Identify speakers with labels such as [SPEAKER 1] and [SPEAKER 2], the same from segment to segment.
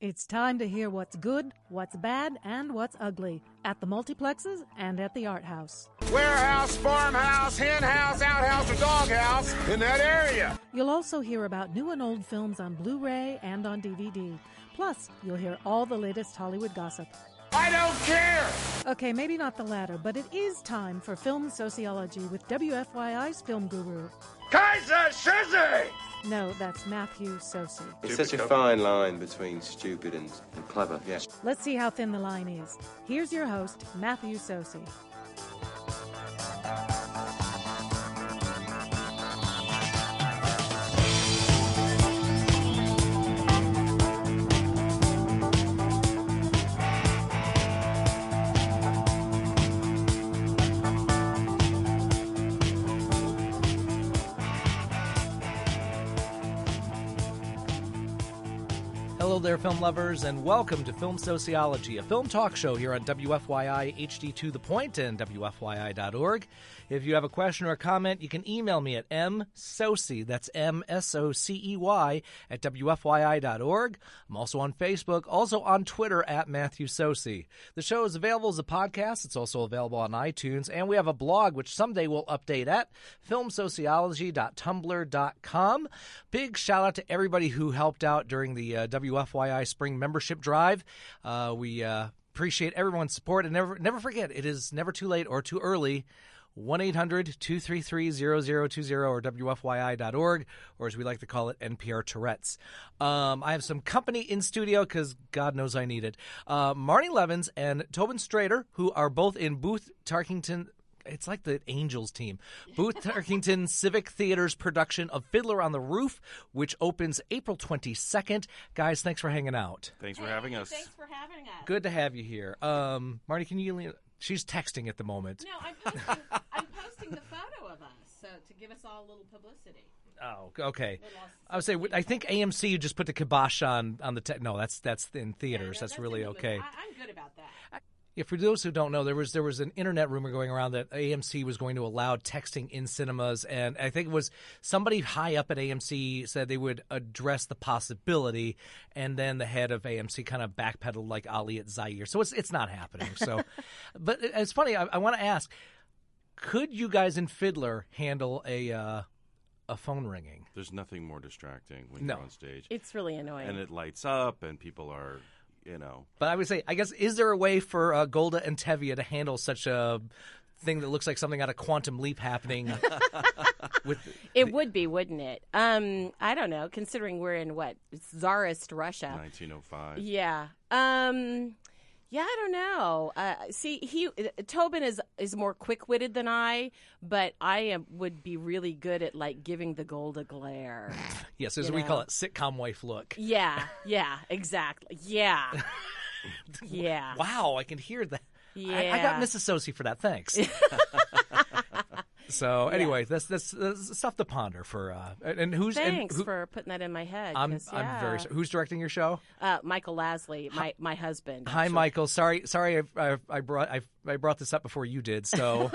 [SPEAKER 1] It's time to hear what's good, what's bad, and what's ugly at the multiplexes and at the art house.
[SPEAKER 2] warehouse, farmhouse, hen house, outhouse, or doghouse in that area.
[SPEAKER 1] You'll also hear about new and old films on Blu ray and on DVD. Plus, you'll hear all the latest Hollywood gossip.
[SPEAKER 2] I don't care.
[SPEAKER 1] Okay, maybe not the latter, but it is time for film sociology with WFYI's film guru.
[SPEAKER 2] Kaiser Sissy!
[SPEAKER 1] No, that's Matthew Sosi.
[SPEAKER 3] It's such a fine line between stupid and, and clever. Yeah.
[SPEAKER 1] Let's see how thin the line is. Here's your host, Matthew Sosi.
[SPEAKER 4] Hello there, film lovers, and welcome to Film Sociology, a film talk show here on WFYI HD to the point and WFYI.org. If you have a question or a comment, you can email me at msoce, E, that's M-S-O-C-E-Y, E at WFYI.org. I'm also on Facebook, also on Twitter at Matthew Soce. The show is available as a podcast. It's also available on iTunes, and we have a blog, which someday we'll update at filmsociology.tumblr.com. Big shout out to everybody who helped out during the uh, WFYI spring membership drive. Uh, we uh, appreciate everyone's support, and never never forget it is never too late or too early. 1 800 233 0020 or WFYI.org, or as we like to call it, NPR Tourette's. Um, I have some company in studio because God knows I need it. Uh, Marnie Levins and Tobin Strader, who are both in Booth Tarkington, it's like the Angels team. Booth Tarkington Civic Theater's production of Fiddler on the Roof, which opens April 22nd. Guys, thanks for hanging out.
[SPEAKER 5] Thanks for having us.
[SPEAKER 6] Thanks for having us.
[SPEAKER 4] Good to have you here. Um, Marty, can you lean? She's texting at the moment.
[SPEAKER 6] No, I'm posting, I'm posting the photo of us so to give us all a little publicity.
[SPEAKER 4] Oh, okay. I would say I think AMC just put the kibosh on on the te- no. That's that's in theaters.
[SPEAKER 6] No,
[SPEAKER 4] that's, really
[SPEAKER 6] gonna be-
[SPEAKER 4] okay.
[SPEAKER 6] I, I'm good about that.
[SPEAKER 4] Yeah, for those who don't know, there was there was an internet rumor going around that AMC was going to allow texting in cinemas, and I think it was somebody high up at AMC said they would address the possibility, and then the head of AMC kind of backpedaled like Ali at Zaire. So it's it's not happening. So, but it- it's funny. I, I want to ask: Could you guys in Fiddler handle a uh, a phone ringing?
[SPEAKER 5] There's nothing more distracting when
[SPEAKER 4] No.
[SPEAKER 5] you're on stage.
[SPEAKER 7] It's really annoying.
[SPEAKER 5] and it lights up and people are, you know.
[SPEAKER 4] But I would say, I guess, is there a way for uh, Golda and Tevye to handle such a thing that looks like something out of Quantum Leap happening? with
[SPEAKER 7] It would be, wouldn't it? Um, I don't know. Considering we're in what czarist Russia.
[SPEAKER 5] 1905.
[SPEAKER 7] Yeah. Um, yeah, I don't know. Uh, see, he Tobin is is more quick witted than I, but I am would be really good at like giving the gold a glare.
[SPEAKER 4] yes, as
[SPEAKER 7] You
[SPEAKER 4] we call
[SPEAKER 7] know.
[SPEAKER 4] it, sitcom wife look.
[SPEAKER 7] yeah. Yeah. Exactly. Yeah. Yeah.
[SPEAKER 4] Wow, I can hear that.
[SPEAKER 7] Yeah.
[SPEAKER 4] I, I got Mrs. Sosie for that. Thanks. so anyway, that's, that's that's stuff to ponder for. Uh, and and who's and
[SPEAKER 7] Thanks
[SPEAKER 4] who-
[SPEAKER 7] for putting that in my head.
[SPEAKER 4] I'm
[SPEAKER 7] 'cause,
[SPEAKER 4] I'm very
[SPEAKER 7] yeah.
[SPEAKER 4] sorry. who's directing your show?
[SPEAKER 7] Uh, Michael Lasley, my my husband.
[SPEAKER 4] Hi, Michael. Sorry, sorry, I, I, I brought I, I brought this up before you did, so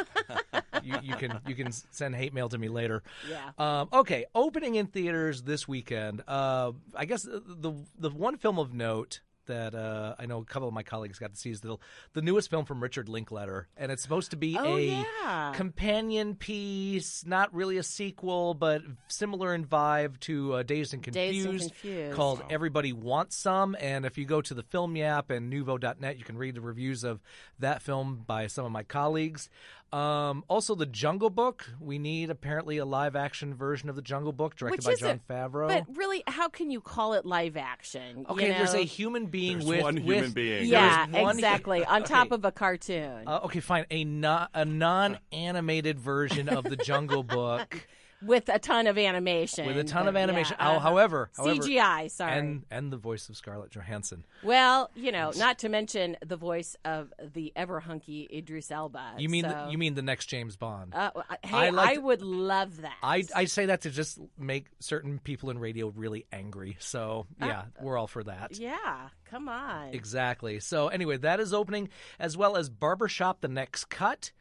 [SPEAKER 4] you, you can you can send hate mail to me later.
[SPEAKER 7] Yeah.
[SPEAKER 4] Um, okay, opening in theaters this weekend. Uh, I guess the, the the one film of note that uh, I know a couple of my colleagues got to see is the the newest film from Richard Linkletter, and it's supposed to be
[SPEAKER 7] Oh,
[SPEAKER 4] a
[SPEAKER 7] yeah.
[SPEAKER 4] companion piece, not really a sequel, but similar in vibe to uh, Dazed and
[SPEAKER 7] Dazed
[SPEAKER 4] Confused,
[SPEAKER 7] and Confused.
[SPEAKER 4] called Everybody Wants Some. And if you go to the Film Yap and Nuvo.net, you can read the reviews of that film by some of my colleagues. Um, also, The Jungle Book. We need apparently a live action version of The Jungle Book directed
[SPEAKER 7] Which
[SPEAKER 4] by
[SPEAKER 7] is
[SPEAKER 4] John
[SPEAKER 7] a-
[SPEAKER 4] Favreau.
[SPEAKER 7] But really, how can you call it live action? you
[SPEAKER 4] okay, there's
[SPEAKER 7] know?
[SPEAKER 4] a human being
[SPEAKER 5] There's
[SPEAKER 4] with
[SPEAKER 5] one
[SPEAKER 4] with-
[SPEAKER 5] human being.
[SPEAKER 7] Yeah,
[SPEAKER 4] There is one-
[SPEAKER 7] exactly. On
[SPEAKER 4] Okay.
[SPEAKER 7] top of a cartoon
[SPEAKER 4] Uh, okay, fine. A, non a non animated version of the Jungle Book
[SPEAKER 7] with a ton of animation.
[SPEAKER 4] with a ton of
[SPEAKER 7] Yeah,
[SPEAKER 4] animation.
[SPEAKER 7] uh-huh.
[SPEAKER 4] Oh, however, however-
[SPEAKER 7] CGI. Sorry.
[SPEAKER 4] and and the voice of Scarlett Johansson.
[SPEAKER 7] well, you know, not to mention the voice of the ever hunky Idris Elba.
[SPEAKER 4] You mean
[SPEAKER 7] so-
[SPEAKER 4] the, you mean the next James Bond?
[SPEAKER 7] Uh, well, I- hey,
[SPEAKER 4] I
[SPEAKER 7] I,
[SPEAKER 4] liked-
[SPEAKER 7] would love that.
[SPEAKER 4] I I say that to just make certain people in radio really angry. So yeah, we're all for that.
[SPEAKER 7] Ah. yeah, come on.
[SPEAKER 4] Exactly. So anyway, that is opening as well as Barbershop the Next Cut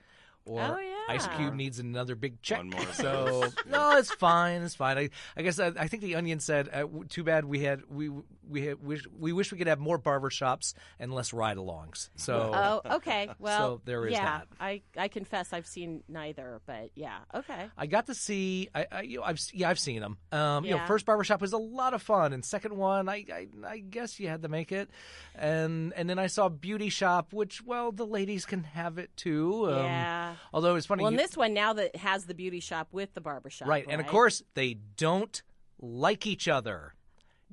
[SPEAKER 4] or
[SPEAKER 7] Oh, yeah.
[SPEAKER 4] Ice
[SPEAKER 7] Yeah.
[SPEAKER 4] Cube needs another big check.
[SPEAKER 5] One more.
[SPEAKER 4] So no, it's fine. It's fine. I, I guess I, I think the Onion said, uh, w- "Too bad we had we we had, wish we wish we could have more barber shops and less ride-alongs." So
[SPEAKER 7] Oh, okay. Well,
[SPEAKER 4] So there is
[SPEAKER 7] yeah,
[SPEAKER 4] that.
[SPEAKER 7] I, I confess I've seen neither, but yeah, okay.
[SPEAKER 4] I got to see. I, I you know, I've yeah, I've seen them. Um, You know,
[SPEAKER 7] Yeah.
[SPEAKER 4] first barbershop was a lot of fun, and second one, I, I I guess you had to make it, and and then I saw beauty shop, which well, the ladies can have it too. Um,
[SPEAKER 7] Yeah.
[SPEAKER 4] Although it's funny,
[SPEAKER 7] Well, and
[SPEAKER 4] you-
[SPEAKER 7] this one now that has the beauty shop with the barber shop,
[SPEAKER 4] right, and of course they don't like each other.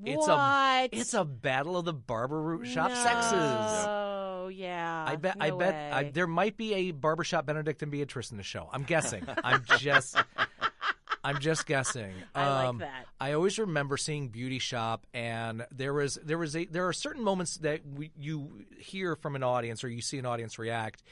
[SPEAKER 4] It's a
[SPEAKER 7] What?
[SPEAKER 4] it's a battle of the barber shop sexes.
[SPEAKER 7] Oh yeah.
[SPEAKER 4] I bet. I
[SPEAKER 7] No
[SPEAKER 4] bet. I,
[SPEAKER 7] way.
[SPEAKER 4] there might be a barbershop Benedict and Beatrice in the show. I'm guessing. I'm just. I'm just guessing. Um,
[SPEAKER 7] I like that.
[SPEAKER 4] I always remember seeing Beauty Shop, and there was there was a there are certain moments that we, you hear from an audience or you see an audience react.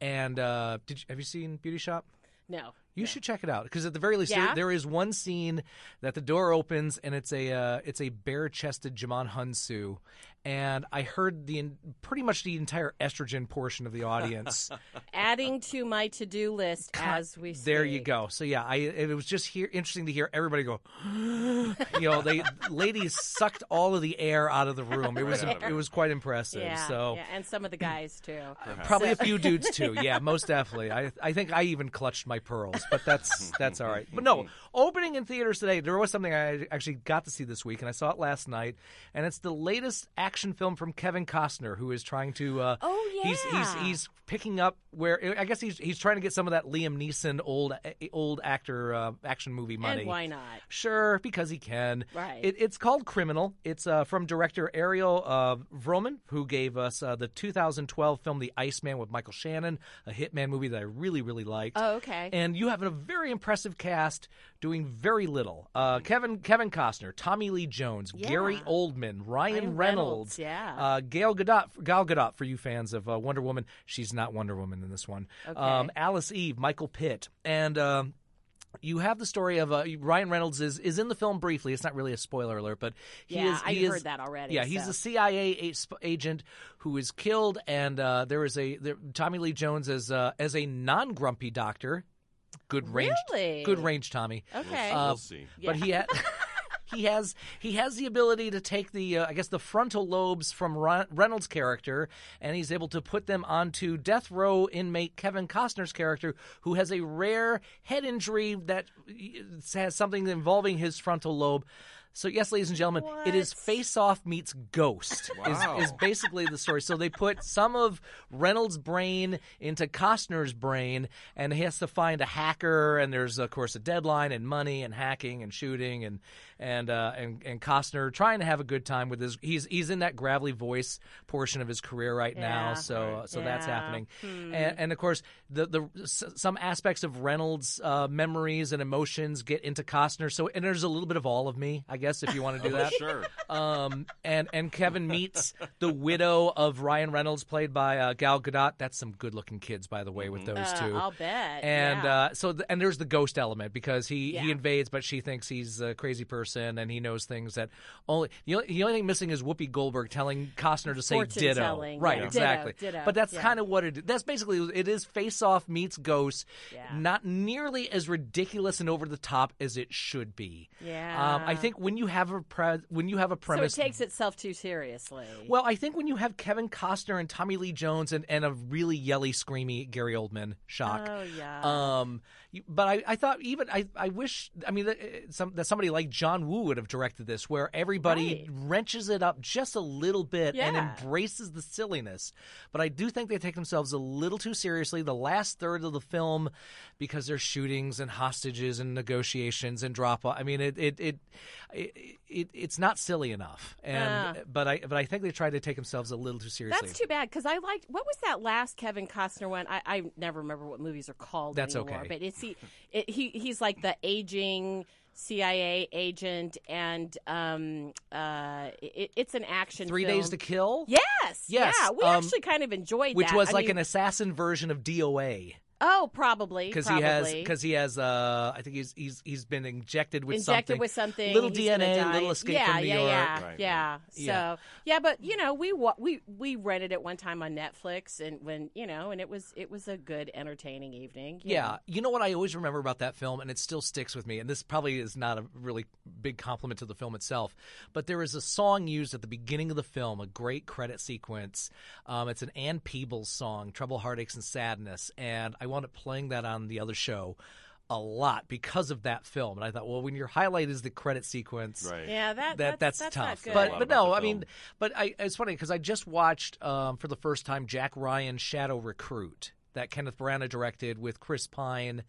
[SPEAKER 4] And uh, did you, have you seen Beauty Shop?
[SPEAKER 7] no.
[SPEAKER 4] You should check it out because at the very least,
[SPEAKER 7] Yeah?
[SPEAKER 4] there, there is one scene that the door opens and it's a uh, it's a bare chested Jamon Hunsu, and I heard the en- pretty much the entire estrogen portion of the audience.
[SPEAKER 7] Adding to my to do list as we.
[SPEAKER 4] uh, there you
[SPEAKER 7] speak.
[SPEAKER 4] go. So yeah, I it was just here interesting to hear everybody go. you know, they ladies sucked all of the air out of the room. It was
[SPEAKER 5] Right out of
[SPEAKER 4] it was quite impressive.
[SPEAKER 7] Yeah,
[SPEAKER 4] so.
[SPEAKER 7] yeah, and some of the guys too.
[SPEAKER 4] Probably a few dudes too. Yeah, most definitely. I I think I even clutched my pearls, but that's that's all right. But no, opening in theaters today. There was something I actually got to see this week, and I saw it last night. And it's the latest action film from Kevin Costner, who is trying to. Uh,
[SPEAKER 7] Oh,
[SPEAKER 4] He's he's
[SPEAKER 7] yeah.
[SPEAKER 4] he's picking up where I guess he's he's trying to get some of that Liam Neeson old eh, old actor uh, action movie money.
[SPEAKER 7] And why not?
[SPEAKER 4] Sure, because he can.
[SPEAKER 7] Right.
[SPEAKER 4] It, it's called Criminal. It's uh, from director Ariel uh, Vroman, who gave us uh, the 2012 film The Iceman with Michael Shannon, a hitman movie that I really, really liked.
[SPEAKER 7] Oh, okay.
[SPEAKER 4] And you have a very impressive cast doing very little. Uh,
[SPEAKER 7] Hmm.
[SPEAKER 4] Kevin Kevin Costner, Tommy Lee Jones, Gary Oldman, Ryan
[SPEAKER 7] Ryan
[SPEAKER 4] Reynolds,
[SPEAKER 7] Reynolds, yeah.
[SPEAKER 4] uh, Gail Gadot, Gal Gadot for you fans of uh, Wonder Woman. She's not Wonder Woman in this one. Um, Alice Eve, Michael Pitt, and. Um, you have the story of uh, Ryan Reynolds is, is in the film briefly. It's not really a spoiler alert, but he
[SPEAKER 7] Yeah,
[SPEAKER 4] is.
[SPEAKER 7] I
[SPEAKER 4] he
[SPEAKER 7] heard
[SPEAKER 4] is-
[SPEAKER 7] that already,
[SPEAKER 4] Yeah, he's
[SPEAKER 7] so.
[SPEAKER 4] a CIA a- sp- agent who is killed, and uh, there is a there, Tommy Lee Jones as uh, as a non grumpy doctor. Good range,
[SPEAKER 7] Really?
[SPEAKER 4] good range, Tommy. Uh,
[SPEAKER 7] Okay.
[SPEAKER 5] We'll see.
[SPEAKER 4] But he ha- he has he has the ability to take the uh, I guess the frontal lobes from Ron- Reynolds' character, and he's able to put them onto death row inmate Kevin Costner's character, who has a rare head injury that has something involving his frontal lobe. So yes, ladies and gentlemen, it is Face Off meets Ghost
[SPEAKER 5] Wow.
[SPEAKER 4] is, is basically the story. So they put some of Reynolds' brain into Costner's brain, and he has to find a hacker. And there's of course a deadline and money and hacking and shooting and and uh, and and Costner trying to have a good time with his. He's he's in that gravelly voice portion of his career right now.
[SPEAKER 7] Yeah.
[SPEAKER 4] So uh, so that's
[SPEAKER 7] Yeah. Hmm.
[SPEAKER 4] happening. And, and of course, the the s- some aspects of Reynolds' uh, memories and emotions get into Costner. So and there's a little bit of all of me, I guess, if you
[SPEAKER 7] Oh,
[SPEAKER 4] want to do that
[SPEAKER 5] Oh, Sure.
[SPEAKER 4] um, and and Kevin meets the widow of Ryan Reynolds, played by uh, Gal Gadot. That's some good-looking kids, by the way, with those
[SPEAKER 7] Uh,
[SPEAKER 4] 2
[SPEAKER 7] I'll bet.
[SPEAKER 4] And
[SPEAKER 7] yeah.
[SPEAKER 4] uh, so, th- and there's the ghost element because he, he
[SPEAKER 7] Yeah.
[SPEAKER 4] invades, but she thinks he's a crazy person, and he knows things that only the only, the only thing missing is Whoopi Goldberg telling Costner to say
[SPEAKER 7] Fortune
[SPEAKER 4] ditto,
[SPEAKER 7] telling,
[SPEAKER 4] right?
[SPEAKER 7] yeah.
[SPEAKER 4] Exactly.
[SPEAKER 7] Ditto, ditto,
[SPEAKER 4] But that's
[SPEAKER 7] yeah.
[SPEAKER 4] kind of what it. That's basically it is Face Off meets Ghost,
[SPEAKER 7] Yeah.
[SPEAKER 4] not nearly as ridiculous and over the top as it should be. Um, I
[SPEAKER 7] Yeah.
[SPEAKER 4] think when you have a pre- when you have a
[SPEAKER 7] so it
[SPEAKER 4] premise
[SPEAKER 7] takes itself too seriously.
[SPEAKER 4] well, I think when you have Kevin Costner and Tommy Lee Jones and, and a really yelly, screamy Gary Oldman shock.
[SPEAKER 7] Oh, yeah.
[SPEAKER 4] Um, you- but I, I thought even I, I wish I mean that, uh, some, that somebody like John Woo would have directed this, where everybody
[SPEAKER 7] Right.
[SPEAKER 4] wrenches it up just a little bit and
[SPEAKER 7] Yeah.
[SPEAKER 4] embraces the silliness. But I do think they take themselves a little too seriously the last third of the film because there's shootings and hostages and negotiations and drop. I mean, it it it, it, it it's not silly enough. And but I but I think they try to take themselves a little too seriously.
[SPEAKER 7] Uh. That's too bad because I liked what was that last Kevin Costner one? I, I never remember what movies are called.
[SPEAKER 4] That's
[SPEAKER 7] anymore,
[SPEAKER 4] okay.
[SPEAKER 7] But it's he, it, he he's like the aging CIA agent, and um uh, it, it's an action.
[SPEAKER 4] Three
[SPEAKER 7] film.
[SPEAKER 4] days to kill.
[SPEAKER 7] Yes.
[SPEAKER 4] Yes,
[SPEAKER 7] Yeah. We
[SPEAKER 4] um,
[SPEAKER 7] actually kind of enjoyed
[SPEAKER 4] Which
[SPEAKER 7] that.
[SPEAKER 4] was
[SPEAKER 7] I
[SPEAKER 4] like an
[SPEAKER 7] mean,
[SPEAKER 4] assassin version of DOA.
[SPEAKER 7] Oh, probably
[SPEAKER 4] because he has
[SPEAKER 7] probably.
[SPEAKER 4] because he has uh I think he's he's he's been injected with
[SPEAKER 7] injected
[SPEAKER 4] something
[SPEAKER 7] with something.
[SPEAKER 4] little
[SPEAKER 7] he's gonna
[SPEAKER 4] DNA
[SPEAKER 7] die.
[SPEAKER 4] little escape
[SPEAKER 7] yeah,
[SPEAKER 4] from New
[SPEAKER 7] yeah,
[SPEAKER 4] York
[SPEAKER 7] Yeah,
[SPEAKER 5] Right,
[SPEAKER 7] yeah,
[SPEAKER 4] Yeah.
[SPEAKER 7] So yeah, but you know, we wa- we we rented it one time on Netflix, and when you know, and it was it was a good, entertaining evening. you
[SPEAKER 4] Yeah,
[SPEAKER 7] know.
[SPEAKER 4] you know what I always remember about that film, and it still sticks with me. And this probably is not a really big compliment to the film itself, but there is a song used at the beginning of the film, a great credit sequence. Um, it's an Ann Peebles song, "Trouble, Heartaches, and Sadness," and I wound up playing that on the other show a lot because of that film. And I thought, well, when your highlight is the credit sequence,
[SPEAKER 5] Right.
[SPEAKER 7] yeah, that,
[SPEAKER 4] that
[SPEAKER 7] that's,
[SPEAKER 4] that's,
[SPEAKER 7] not
[SPEAKER 4] tough.
[SPEAKER 7] good.
[SPEAKER 4] But but
[SPEAKER 5] about
[SPEAKER 4] no,
[SPEAKER 5] the
[SPEAKER 4] I mean,
[SPEAKER 5] film.
[SPEAKER 4] but I it's funny because I just watched um, for the first time Jack Ryan Shadow Recruit that Kenneth Branagh directed with Chris Pine,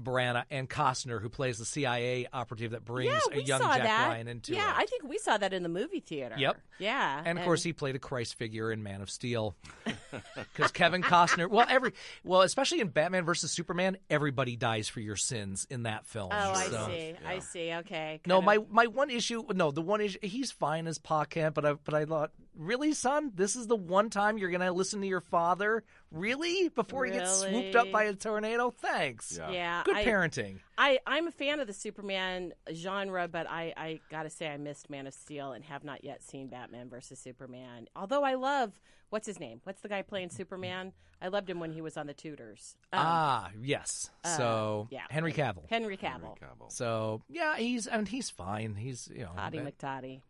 [SPEAKER 4] Branagh, and Costner, who plays the CIA operative that brings
[SPEAKER 7] yeah,
[SPEAKER 4] a
[SPEAKER 7] we
[SPEAKER 4] young
[SPEAKER 7] saw
[SPEAKER 4] Jack
[SPEAKER 7] that.
[SPEAKER 4] Ryan into
[SPEAKER 7] yeah,
[SPEAKER 4] it.
[SPEAKER 7] I think we saw that in the movie theater.
[SPEAKER 4] Yep.
[SPEAKER 7] Yeah,
[SPEAKER 4] and of course, he played a Christ figure in Man of Steel, because Kevin Costner. Well, every well, especially in Batman versus Superman, everybody dies for your sins in that film.
[SPEAKER 7] Oh, I
[SPEAKER 4] so-
[SPEAKER 7] see. I see. Okay.
[SPEAKER 4] No,
[SPEAKER 7] Kind
[SPEAKER 4] my
[SPEAKER 7] of-
[SPEAKER 4] my one issue. No, the one issue. He's fine as Pa Kent, but I but I thought, really, son, this is the one time you're gonna listen to your father, really, before he gets swooped up
[SPEAKER 7] Really?
[SPEAKER 4] by a tornado. Thanks.
[SPEAKER 5] Yeah.
[SPEAKER 7] Yeah,
[SPEAKER 4] Good
[SPEAKER 7] I- um,
[SPEAKER 4] parenting.
[SPEAKER 7] I, I'm a fan of the Superman genre, but I, I gotta say I missed Man of Steel and have not yet seen Batman versus Superman. Although I love what's his name? What's the guy playing Superman? I loved him when he was on the Tudors. Um,
[SPEAKER 4] ah, yes. so
[SPEAKER 7] uh, yeah.
[SPEAKER 4] Henry Cavill.
[SPEAKER 7] Henry Cavill,
[SPEAKER 5] Cavill.
[SPEAKER 4] so yeah, he's and he's fine. He's you know,
[SPEAKER 7] Toddy
[SPEAKER 4] and,
[SPEAKER 7] McToddy.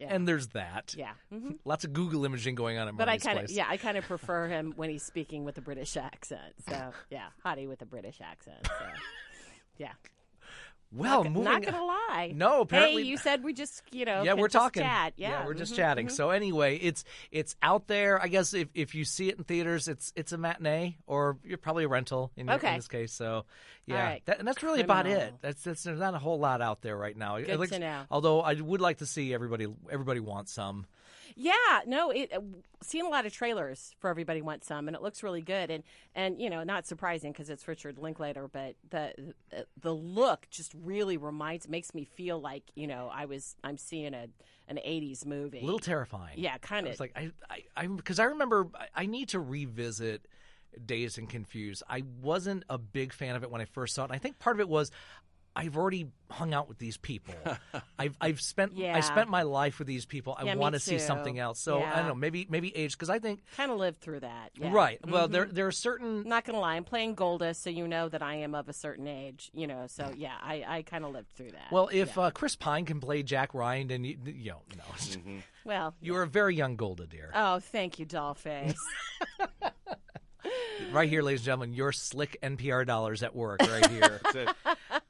[SPEAKER 4] and there's that.
[SPEAKER 7] Yeah, hmm
[SPEAKER 4] Lots of Google imaging going on at
[SPEAKER 7] but I
[SPEAKER 4] Marty's
[SPEAKER 7] kind of
[SPEAKER 4] place.
[SPEAKER 7] yeah I kind of prefer him when he's speaking with a British accent. So yeah, Hottie with a British accent. So. Yeah,
[SPEAKER 4] Well,
[SPEAKER 7] not,
[SPEAKER 4] moving.
[SPEAKER 7] gonna lie.
[SPEAKER 4] No, apparently-
[SPEAKER 7] Hey, you said we just you know
[SPEAKER 4] yeah,
[SPEAKER 7] can
[SPEAKER 4] we're
[SPEAKER 7] just
[SPEAKER 4] talking.
[SPEAKER 7] chat. Yeah,
[SPEAKER 4] we're just
[SPEAKER 7] mhm.
[SPEAKER 4] chatting. So anyway, it's it's out there. I guess if, if you see it in theaters, it's it's a matinee or you're probably a rental in, your- in
[SPEAKER 7] Okay.
[SPEAKER 4] this case. So yeah,
[SPEAKER 7] right.
[SPEAKER 4] That- and that's really about it.
[SPEAKER 7] Criminal.
[SPEAKER 4] That's, that's there's not a whole lot out there right now.
[SPEAKER 7] Good to know.
[SPEAKER 4] Although I would like to see everybody everybody wants some.
[SPEAKER 7] Yeah, no, it uh, seen a lot of trailers for everybody wants some, and it looks really good, and and you know not surprising because it's Richard Linklater, but the uh, the look just really reminds makes me feel like you know I was I'm seeing a an '80s movie,
[SPEAKER 4] A little terrifying.
[SPEAKER 7] yeah, kind
[SPEAKER 4] I
[SPEAKER 7] of
[SPEAKER 4] was like I I I'm because I remember I, I need to revisit Dazed and Confused. I wasn't a big fan of it when I first saw it. And I think part of it was I've already hung out with these people. I've I've spent I
[SPEAKER 7] Yeah.
[SPEAKER 4] spent my life with these people. I
[SPEAKER 7] Yeah, me
[SPEAKER 4] want to see
[SPEAKER 7] too.
[SPEAKER 4] something else. So I don't
[SPEAKER 7] Yeah.
[SPEAKER 4] know, maybe maybe age because I think
[SPEAKER 7] kind of lived through that, yeah. Mm-hmm.
[SPEAKER 4] right. Well, there there are certain
[SPEAKER 7] Not gonna lie, I'm playing Golda, so you know that I am of a certain age, you know. So yeah, I, I kind of lived through that.
[SPEAKER 4] well, if uh, Chris Pine can play Jack Ryan, then you, you know, no,
[SPEAKER 7] Mm-hmm. well,
[SPEAKER 4] you are a very young Golda dear.
[SPEAKER 7] oh, thank you, Dollface.
[SPEAKER 4] right here, ladies and gentlemen, your slick NPR dollars at work right here.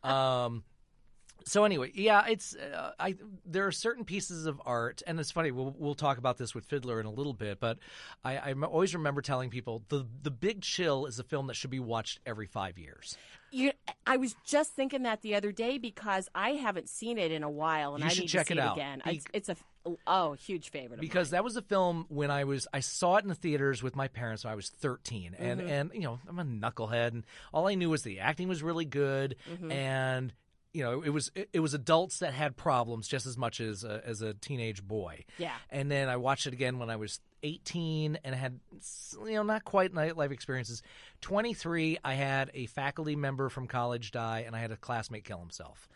[SPEAKER 4] Um,
[SPEAKER 5] That's it.
[SPEAKER 4] so anyway, yeah, it's uh, I. There are certain pieces of art, and it's funny. We'll, we'll talk about this with Fiddler in a little bit, but I, I m- always remember telling people the the Big Chill is a film that should be watched every five years.
[SPEAKER 7] You, I was just thinking that the other day because I haven't seen it in a while, and
[SPEAKER 4] You
[SPEAKER 7] I
[SPEAKER 4] should
[SPEAKER 7] need
[SPEAKER 4] check
[SPEAKER 7] to
[SPEAKER 4] it
[SPEAKER 7] see it,
[SPEAKER 4] out.
[SPEAKER 7] again.
[SPEAKER 4] Be-
[SPEAKER 7] It's, it's a f- oh huge favorite. Of
[SPEAKER 4] Because that was a film when I was I saw it in the theaters with my parents when I was 13 and
[SPEAKER 7] Mm-hmm.
[SPEAKER 4] and you know I'm a knucklehead and all I knew was the acting was really good
[SPEAKER 7] Mm-hmm.
[SPEAKER 4] and you know it was it, it was adults that had problems just as much as a, as a teenage boy
[SPEAKER 7] Yeah.
[SPEAKER 4] and then I watched it again when I was 18 and had s- you know not quite nightlife experiences 23 I had a faculty member from college die and I had a classmate kill himself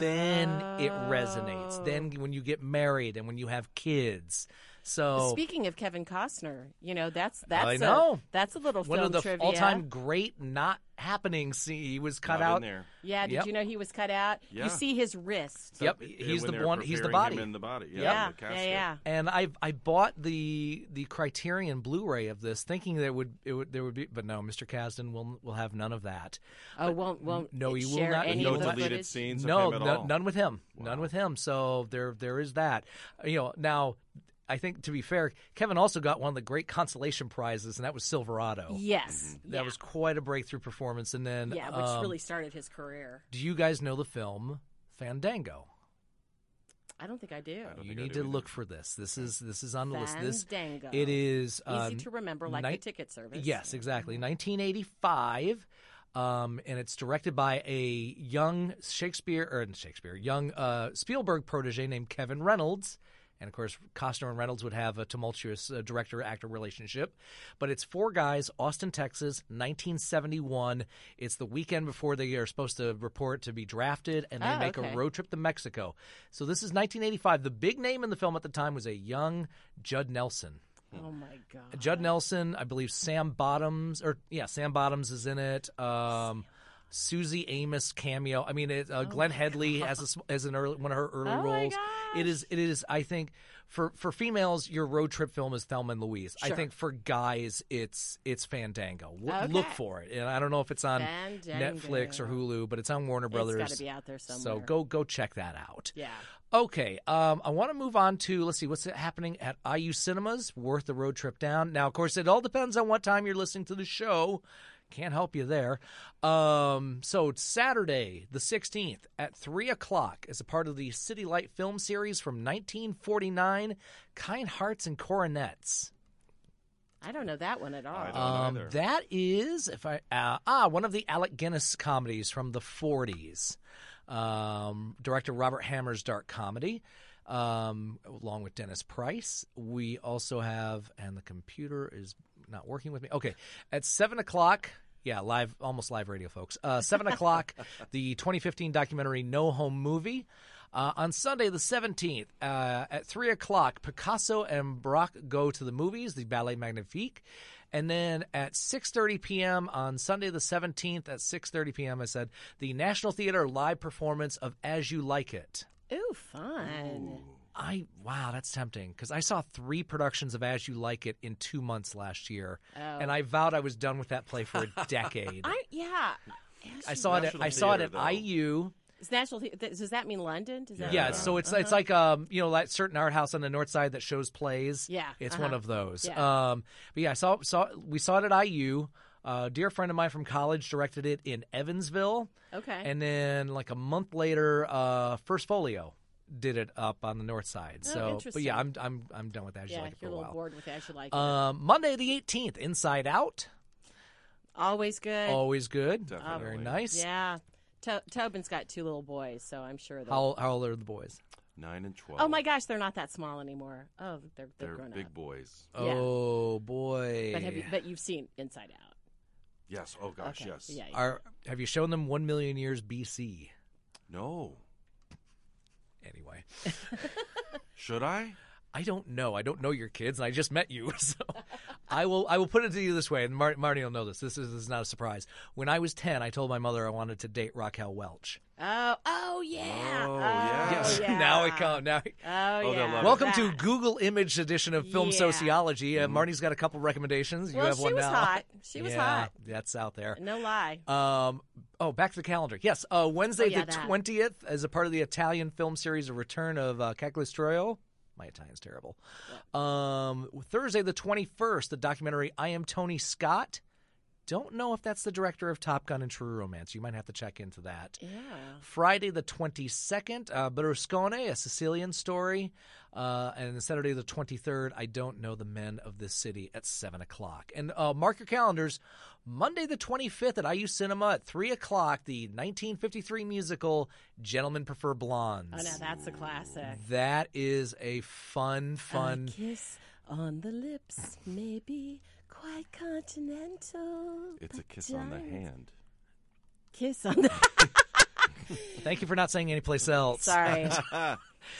[SPEAKER 4] then it
[SPEAKER 7] Oh.
[SPEAKER 4] resonates. Then when you get married and when you have kids. So
[SPEAKER 7] Speaking of Kevin Costner, you know that's that's
[SPEAKER 4] Oh. I
[SPEAKER 7] a,
[SPEAKER 4] know.
[SPEAKER 7] that's a little
[SPEAKER 4] one
[SPEAKER 7] film
[SPEAKER 4] of the
[SPEAKER 7] trivia.
[SPEAKER 4] all-time great not happening scene he was cut
[SPEAKER 5] Not
[SPEAKER 4] out.
[SPEAKER 5] in there.
[SPEAKER 7] Yeah, did
[SPEAKER 4] Yep.
[SPEAKER 7] you know he was cut out?
[SPEAKER 5] Yeah.
[SPEAKER 7] You see his wrist.
[SPEAKER 4] Yep,
[SPEAKER 5] It-
[SPEAKER 4] he's
[SPEAKER 5] when
[SPEAKER 4] the
[SPEAKER 5] they're
[SPEAKER 4] one. He's the
[SPEAKER 5] preparing
[SPEAKER 4] body.
[SPEAKER 5] him in the body. Yeah,
[SPEAKER 7] Yeah,
[SPEAKER 5] in the
[SPEAKER 7] yeah,
[SPEAKER 5] casket.
[SPEAKER 7] yeah.
[SPEAKER 4] And I I bought the the Criterion Blu-ray of this, thinking there would it would there would be, but no, Mr. Kasdan will will have none of that.
[SPEAKER 7] Oh, won't won't
[SPEAKER 4] No, you will
[SPEAKER 7] share
[SPEAKER 4] not-
[SPEAKER 7] Any
[SPEAKER 5] No
[SPEAKER 7] of the
[SPEAKER 5] deleted
[SPEAKER 7] footage?
[SPEAKER 5] scenes
[SPEAKER 4] no,
[SPEAKER 5] of him at
[SPEAKER 4] no-
[SPEAKER 5] all.
[SPEAKER 4] none with him, none with him. So there, there is that. Uh, You know, now I think to be fair, Kevin also got one of the great consolation prizes, and that was Silverado. Oh.
[SPEAKER 7] Yes,
[SPEAKER 4] That
[SPEAKER 5] Mm-hmm.
[SPEAKER 7] yeah,
[SPEAKER 4] was quite a breakthrough performance. And then,
[SPEAKER 7] yeah, which
[SPEAKER 4] um,
[SPEAKER 7] really started his career.
[SPEAKER 4] do you guys know the film Fandango?
[SPEAKER 7] I don't think I do.
[SPEAKER 5] don't
[SPEAKER 4] You
[SPEAKER 5] think I
[SPEAKER 4] need
[SPEAKER 5] do
[SPEAKER 4] to
[SPEAKER 5] either.
[SPEAKER 4] look for this. This is this is on the list. This
[SPEAKER 7] Fandango.
[SPEAKER 4] it is uh,
[SPEAKER 7] Easy to remember, like
[SPEAKER 4] ni-
[SPEAKER 7] the ticket service. Mm-hmm.
[SPEAKER 4] Yes, exactly. 1985, um, and it's directed by a young Shakespeare or Shakespeare, young uh, Spielberg protege named Kevin Reynolds, And of course, Costner and Reynolds would have a tumultuous uh, director actor relationship. But it's Four Guys, Austin, Texas, 1971. It's the weekend before they are supposed to report to be drafted, and they
[SPEAKER 7] Oh,
[SPEAKER 4] make
[SPEAKER 7] okay.
[SPEAKER 4] a road trip to Mexico. So this is 1985. The big name in the film at the time was a young Judd Nelson.
[SPEAKER 7] Oh my god.
[SPEAKER 4] Judd Nelson, I believe Sam Bottoms, or yeah, Sam Bottoms is in it. Um, Susie Amos cameo. I mean, it, uh, Glenn Headley as a, sm- as an early, one of her early
[SPEAKER 7] Oh my
[SPEAKER 4] roles. It is it is. I think for for females, your road trip film is Thelma and Louise. I
[SPEAKER 7] Sure.
[SPEAKER 4] think for guys, it's it's Fandango. W-
[SPEAKER 7] Okay.
[SPEAKER 4] Look for it. And I don't know if it's on
[SPEAKER 7] Fandango.
[SPEAKER 4] Netflix or Hulu, but it's on Warner
[SPEAKER 7] gotta
[SPEAKER 4] Brothers.
[SPEAKER 7] be out there
[SPEAKER 4] So
[SPEAKER 7] somewhere.
[SPEAKER 4] go go check that out.
[SPEAKER 7] Yeah.
[SPEAKER 4] Okay, um, I want to move on to let's see what's happening at IU Cinemas. Worth the road trip down. Now, of course, it all depends on what time you're listening to the show. Can't help you there. Um, so it's Saturday, the 16th at three o'clock, as a part of the City Light film series from 1949, Kind Hearts and Coronets.
[SPEAKER 7] I don't know that one at all.
[SPEAKER 5] I don't
[SPEAKER 4] Um,
[SPEAKER 5] either.
[SPEAKER 4] that is, if I uh, ah, one of the Alec Guinness comedies from the '40s. Um, director Robert Hammer's dark comedy, um, along with Dennis Price. We also have, and the computer is not working with me. Okay, at seven o'clock. Yeah, live, almost live radio, folks. Uh, seven o'clock, the 2015 documentary No Home Movie. Uh, on Sunday, the 17th, uh, at 3 o'clock, Picasso and Brock go to the movies, the Ballet Magnifique. And then at 6.30 p.m. on Sunday the 17th at 6.30 p.m., I said, the National Theater live performance of As You Like It.
[SPEAKER 7] Ooh, fun.
[SPEAKER 4] I wow, that's tempting because I saw three productions of As You Like It in two months last year, and I vowed I was done with that play for a decade.
[SPEAKER 7] I yeah.
[SPEAKER 4] I saw it. At,
[SPEAKER 5] National
[SPEAKER 4] I saw it
[SPEAKER 5] Theater,
[SPEAKER 4] at
[SPEAKER 5] though.
[SPEAKER 4] IU.
[SPEAKER 7] It's national. Thea- th- Does that mean London? Does that
[SPEAKER 4] Yeah,
[SPEAKER 7] mean-
[SPEAKER 4] so it's it's like um you know that certain art house on the north side that shows plays.
[SPEAKER 7] Uh-huh. Yeah,
[SPEAKER 4] it's
[SPEAKER 7] uh-huh.
[SPEAKER 4] one of those.
[SPEAKER 7] Yeah.
[SPEAKER 4] Um, but yeah, I saw saw we saw it at IU. A dear friend of mine from college directed it in Evansville.
[SPEAKER 7] Okay.
[SPEAKER 4] and then like a month later, uh, First Folio did it up on the north side.
[SPEAKER 7] Oh,
[SPEAKER 4] so, but
[SPEAKER 7] interesting.
[SPEAKER 4] yeah, I'm I'm I'm done with that.
[SPEAKER 7] yeah,
[SPEAKER 4] like it for a
[SPEAKER 7] you're a little
[SPEAKER 4] while.
[SPEAKER 7] bored with As You Like It.
[SPEAKER 4] Um, Monday the 18th, Inside Out,
[SPEAKER 7] Always good.
[SPEAKER 4] always good,
[SPEAKER 5] Definitely.
[SPEAKER 4] very nice.
[SPEAKER 7] Yeah. To- Tobin's got two little boys, so I'm sure they'll.
[SPEAKER 4] How how old are the boys?
[SPEAKER 5] Nine and twelve.
[SPEAKER 7] Oh my gosh, they're not that small anymore. Oh, they're they're,
[SPEAKER 5] They're
[SPEAKER 7] grown
[SPEAKER 5] big
[SPEAKER 7] up.
[SPEAKER 5] boys.
[SPEAKER 7] Yeah.
[SPEAKER 4] Oh boy,
[SPEAKER 7] But have you, but you've seen Inside Out.
[SPEAKER 5] Yes. Oh gosh.
[SPEAKER 7] Okay.
[SPEAKER 5] Yes.
[SPEAKER 7] Yeah. yeah.
[SPEAKER 4] are have you shown them one million years BC?
[SPEAKER 5] No.
[SPEAKER 4] Anyway,
[SPEAKER 5] Should I?
[SPEAKER 4] I don't know. I don't know your kids, and I just met you, so I will. I will put it to you this way, and Mar- Marty will know this. This is, this is not a surprise. When I was ten, I told my mother I wanted to date Raquel Welch.
[SPEAKER 7] Oh, oh yeah.
[SPEAKER 5] Oh, yeah.
[SPEAKER 4] Yes,
[SPEAKER 7] yeah.
[SPEAKER 4] now it comes. Now,
[SPEAKER 7] Oh,
[SPEAKER 5] they'll
[SPEAKER 7] yeah.
[SPEAKER 5] love it.
[SPEAKER 4] welcome to
[SPEAKER 7] That.
[SPEAKER 4] Google Image edition of Film
[SPEAKER 7] Yeah. Mm-hmm.
[SPEAKER 4] Sociology. Uh, Marty's got a couple recommendations. You
[SPEAKER 7] Well,
[SPEAKER 4] have
[SPEAKER 7] she
[SPEAKER 4] one
[SPEAKER 7] was
[SPEAKER 4] now.
[SPEAKER 7] hot. She was
[SPEAKER 4] yeah,
[SPEAKER 7] hot.
[SPEAKER 4] That's out there.
[SPEAKER 7] No lie.
[SPEAKER 4] Um, oh, back to the calendar. Yes, uh, Wednesday
[SPEAKER 7] Oh, yeah,
[SPEAKER 4] the
[SPEAKER 7] that.
[SPEAKER 4] twentieth, as a part of the Italian film series, a return of uh, Cagliostro. My Italian's terrible. Um, Thursday the twenty-first, the documentary "I Am Tony Scott." Don't know if that's the director of Top Gun and True Romance. You might have to check into that. Friday the 22nd, uh, Berlusconi, a Sicilian story. Uh, and Saturday the 23rd, I Don't Know the Men of This City at 7 o'clock. And uh, mark your calendars. Monday the 25th at IU Cinema at 3 o'clock, the 1953 musical Gentlemen Prefer Blondes.
[SPEAKER 7] Oh, now that's a classic.
[SPEAKER 4] That is a fun, fun.
[SPEAKER 7] A kiss on the lips, maybe quite continental.
[SPEAKER 5] It's a
[SPEAKER 7] but
[SPEAKER 5] kiss on the
[SPEAKER 7] diamonds-
[SPEAKER 5] hand.
[SPEAKER 7] Kiss on the
[SPEAKER 4] Thank you for not saying anyplace else.
[SPEAKER 7] sorry.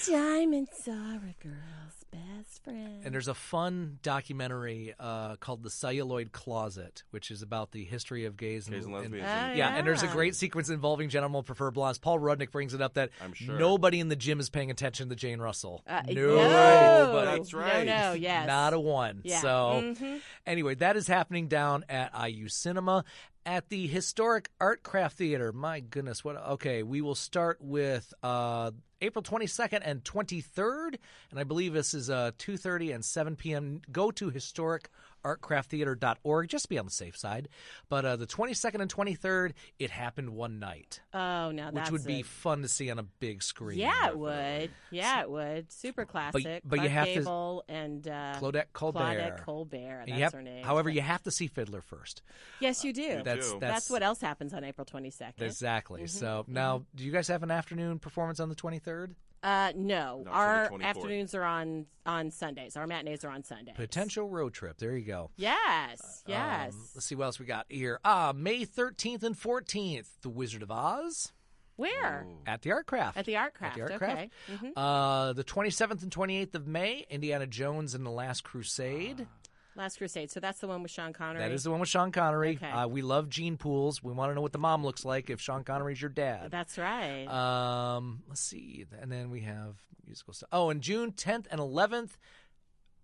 [SPEAKER 7] diamonds are a girl's best friend.
[SPEAKER 4] And there's a fun documentary uh, called The Celluloid Closet, which is about the history of gays and,
[SPEAKER 5] Gays and lesbians.
[SPEAKER 7] Oh,
[SPEAKER 4] Yeah, and there's a
[SPEAKER 7] yeah.
[SPEAKER 4] great sequence involving gentlemen prefer blondes. Paul Rudnick brings it up that
[SPEAKER 5] I'm sure.
[SPEAKER 4] nobody in the gym is paying attention to Jane Russell.
[SPEAKER 7] Uh,
[SPEAKER 4] Nobody.
[SPEAKER 5] That's right.
[SPEAKER 7] No, no, yes.
[SPEAKER 4] Not a one.
[SPEAKER 7] Yeah. Mm-hmm.
[SPEAKER 4] So, anyway, that is happening down at IU Cinema at the historic Art Craft Theater. My goodness, what? Okay, we will start with uh, April 22nd and 23rd, and I believe this is uh, 2:30 and 7 p.m. Go to historic. Artcrafttheater.org, just to be on the safe side. But uh, the 22nd and 23rd, it happened one night,
[SPEAKER 7] oh, now
[SPEAKER 4] which
[SPEAKER 7] that's
[SPEAKER 4] would be
[SPEAKER 7] a-
[SPEAKER 4] fun to see on a big screen.
[SPEAKER 7] yeah, it would. Yeah, it would. Super classic.
[SPEAKER 4] but you
[SPEAKER 7] Clark
[SPEAKER 4] have to-
[SPEAKER 7] Gable and uh,
[SPEAKER 4] Claudette Colbert.
[SPEAKER 7] Claudette Colbert. That's
[SPEAKER 4] You have-
[SPEAKER 7] her name.
[SPEAKER 4] However, you have to see Fiddler first.
[SPEAKER 7] yes, you do.
[SPEAKER 4] That's,
[SPEAKER 5] do.
[SPEAKER 4] that's
[SPEAKER 7] That's what else happens on April 22nd.
[SPEAKER 4] Exactly. So now, do you guys have an afternoon performance on the 23rd?
[SPEAKER 7] Uh, no,
[SPEAKER 5] the
[SPEAKER 7] our
[SPEAKER 5] 24th.
[SPEAKER 7] afternoons are on on Sundays. Our matinees are on Sundays.
[SPEAKER 4] Potential road trip. There you go.
[SPEAKER 7] Yes,
[SPEAKER 4] Um,
[SPEAKER 7] yes.
[SPEAKER 4] let's see what else we got here. Ah, May 13th and 14th, The Wizard of Oz
[SPEAKER 7] Where?
[SPEAKER 4] at the Artcraft.
[SPEAKER 7] At the Art Craft.
[SPEAKER 4] At the Art Craft.
[SPEAKER 7] okay. Mhm.
[SPEAKER 4] Uh, the 27th and 28th of May, Indiana Jones and the Last Crusade.
[SPEAKER 7] Last Crusade. So that's the one with Sean Connery.
[SPEAKER 4] That is the one with Sean Connery.
[SPEAKER 7] Okay.
[SPEAKER 4] Uh, we love Gene Pools. We want to know what the mom looks like if Sean Connery's your dad.
[SPEAKER 7] That's right.
[SPEAKER 4] Um, let's see. And then we have musical stuff. Oh, and June 10th and 11th,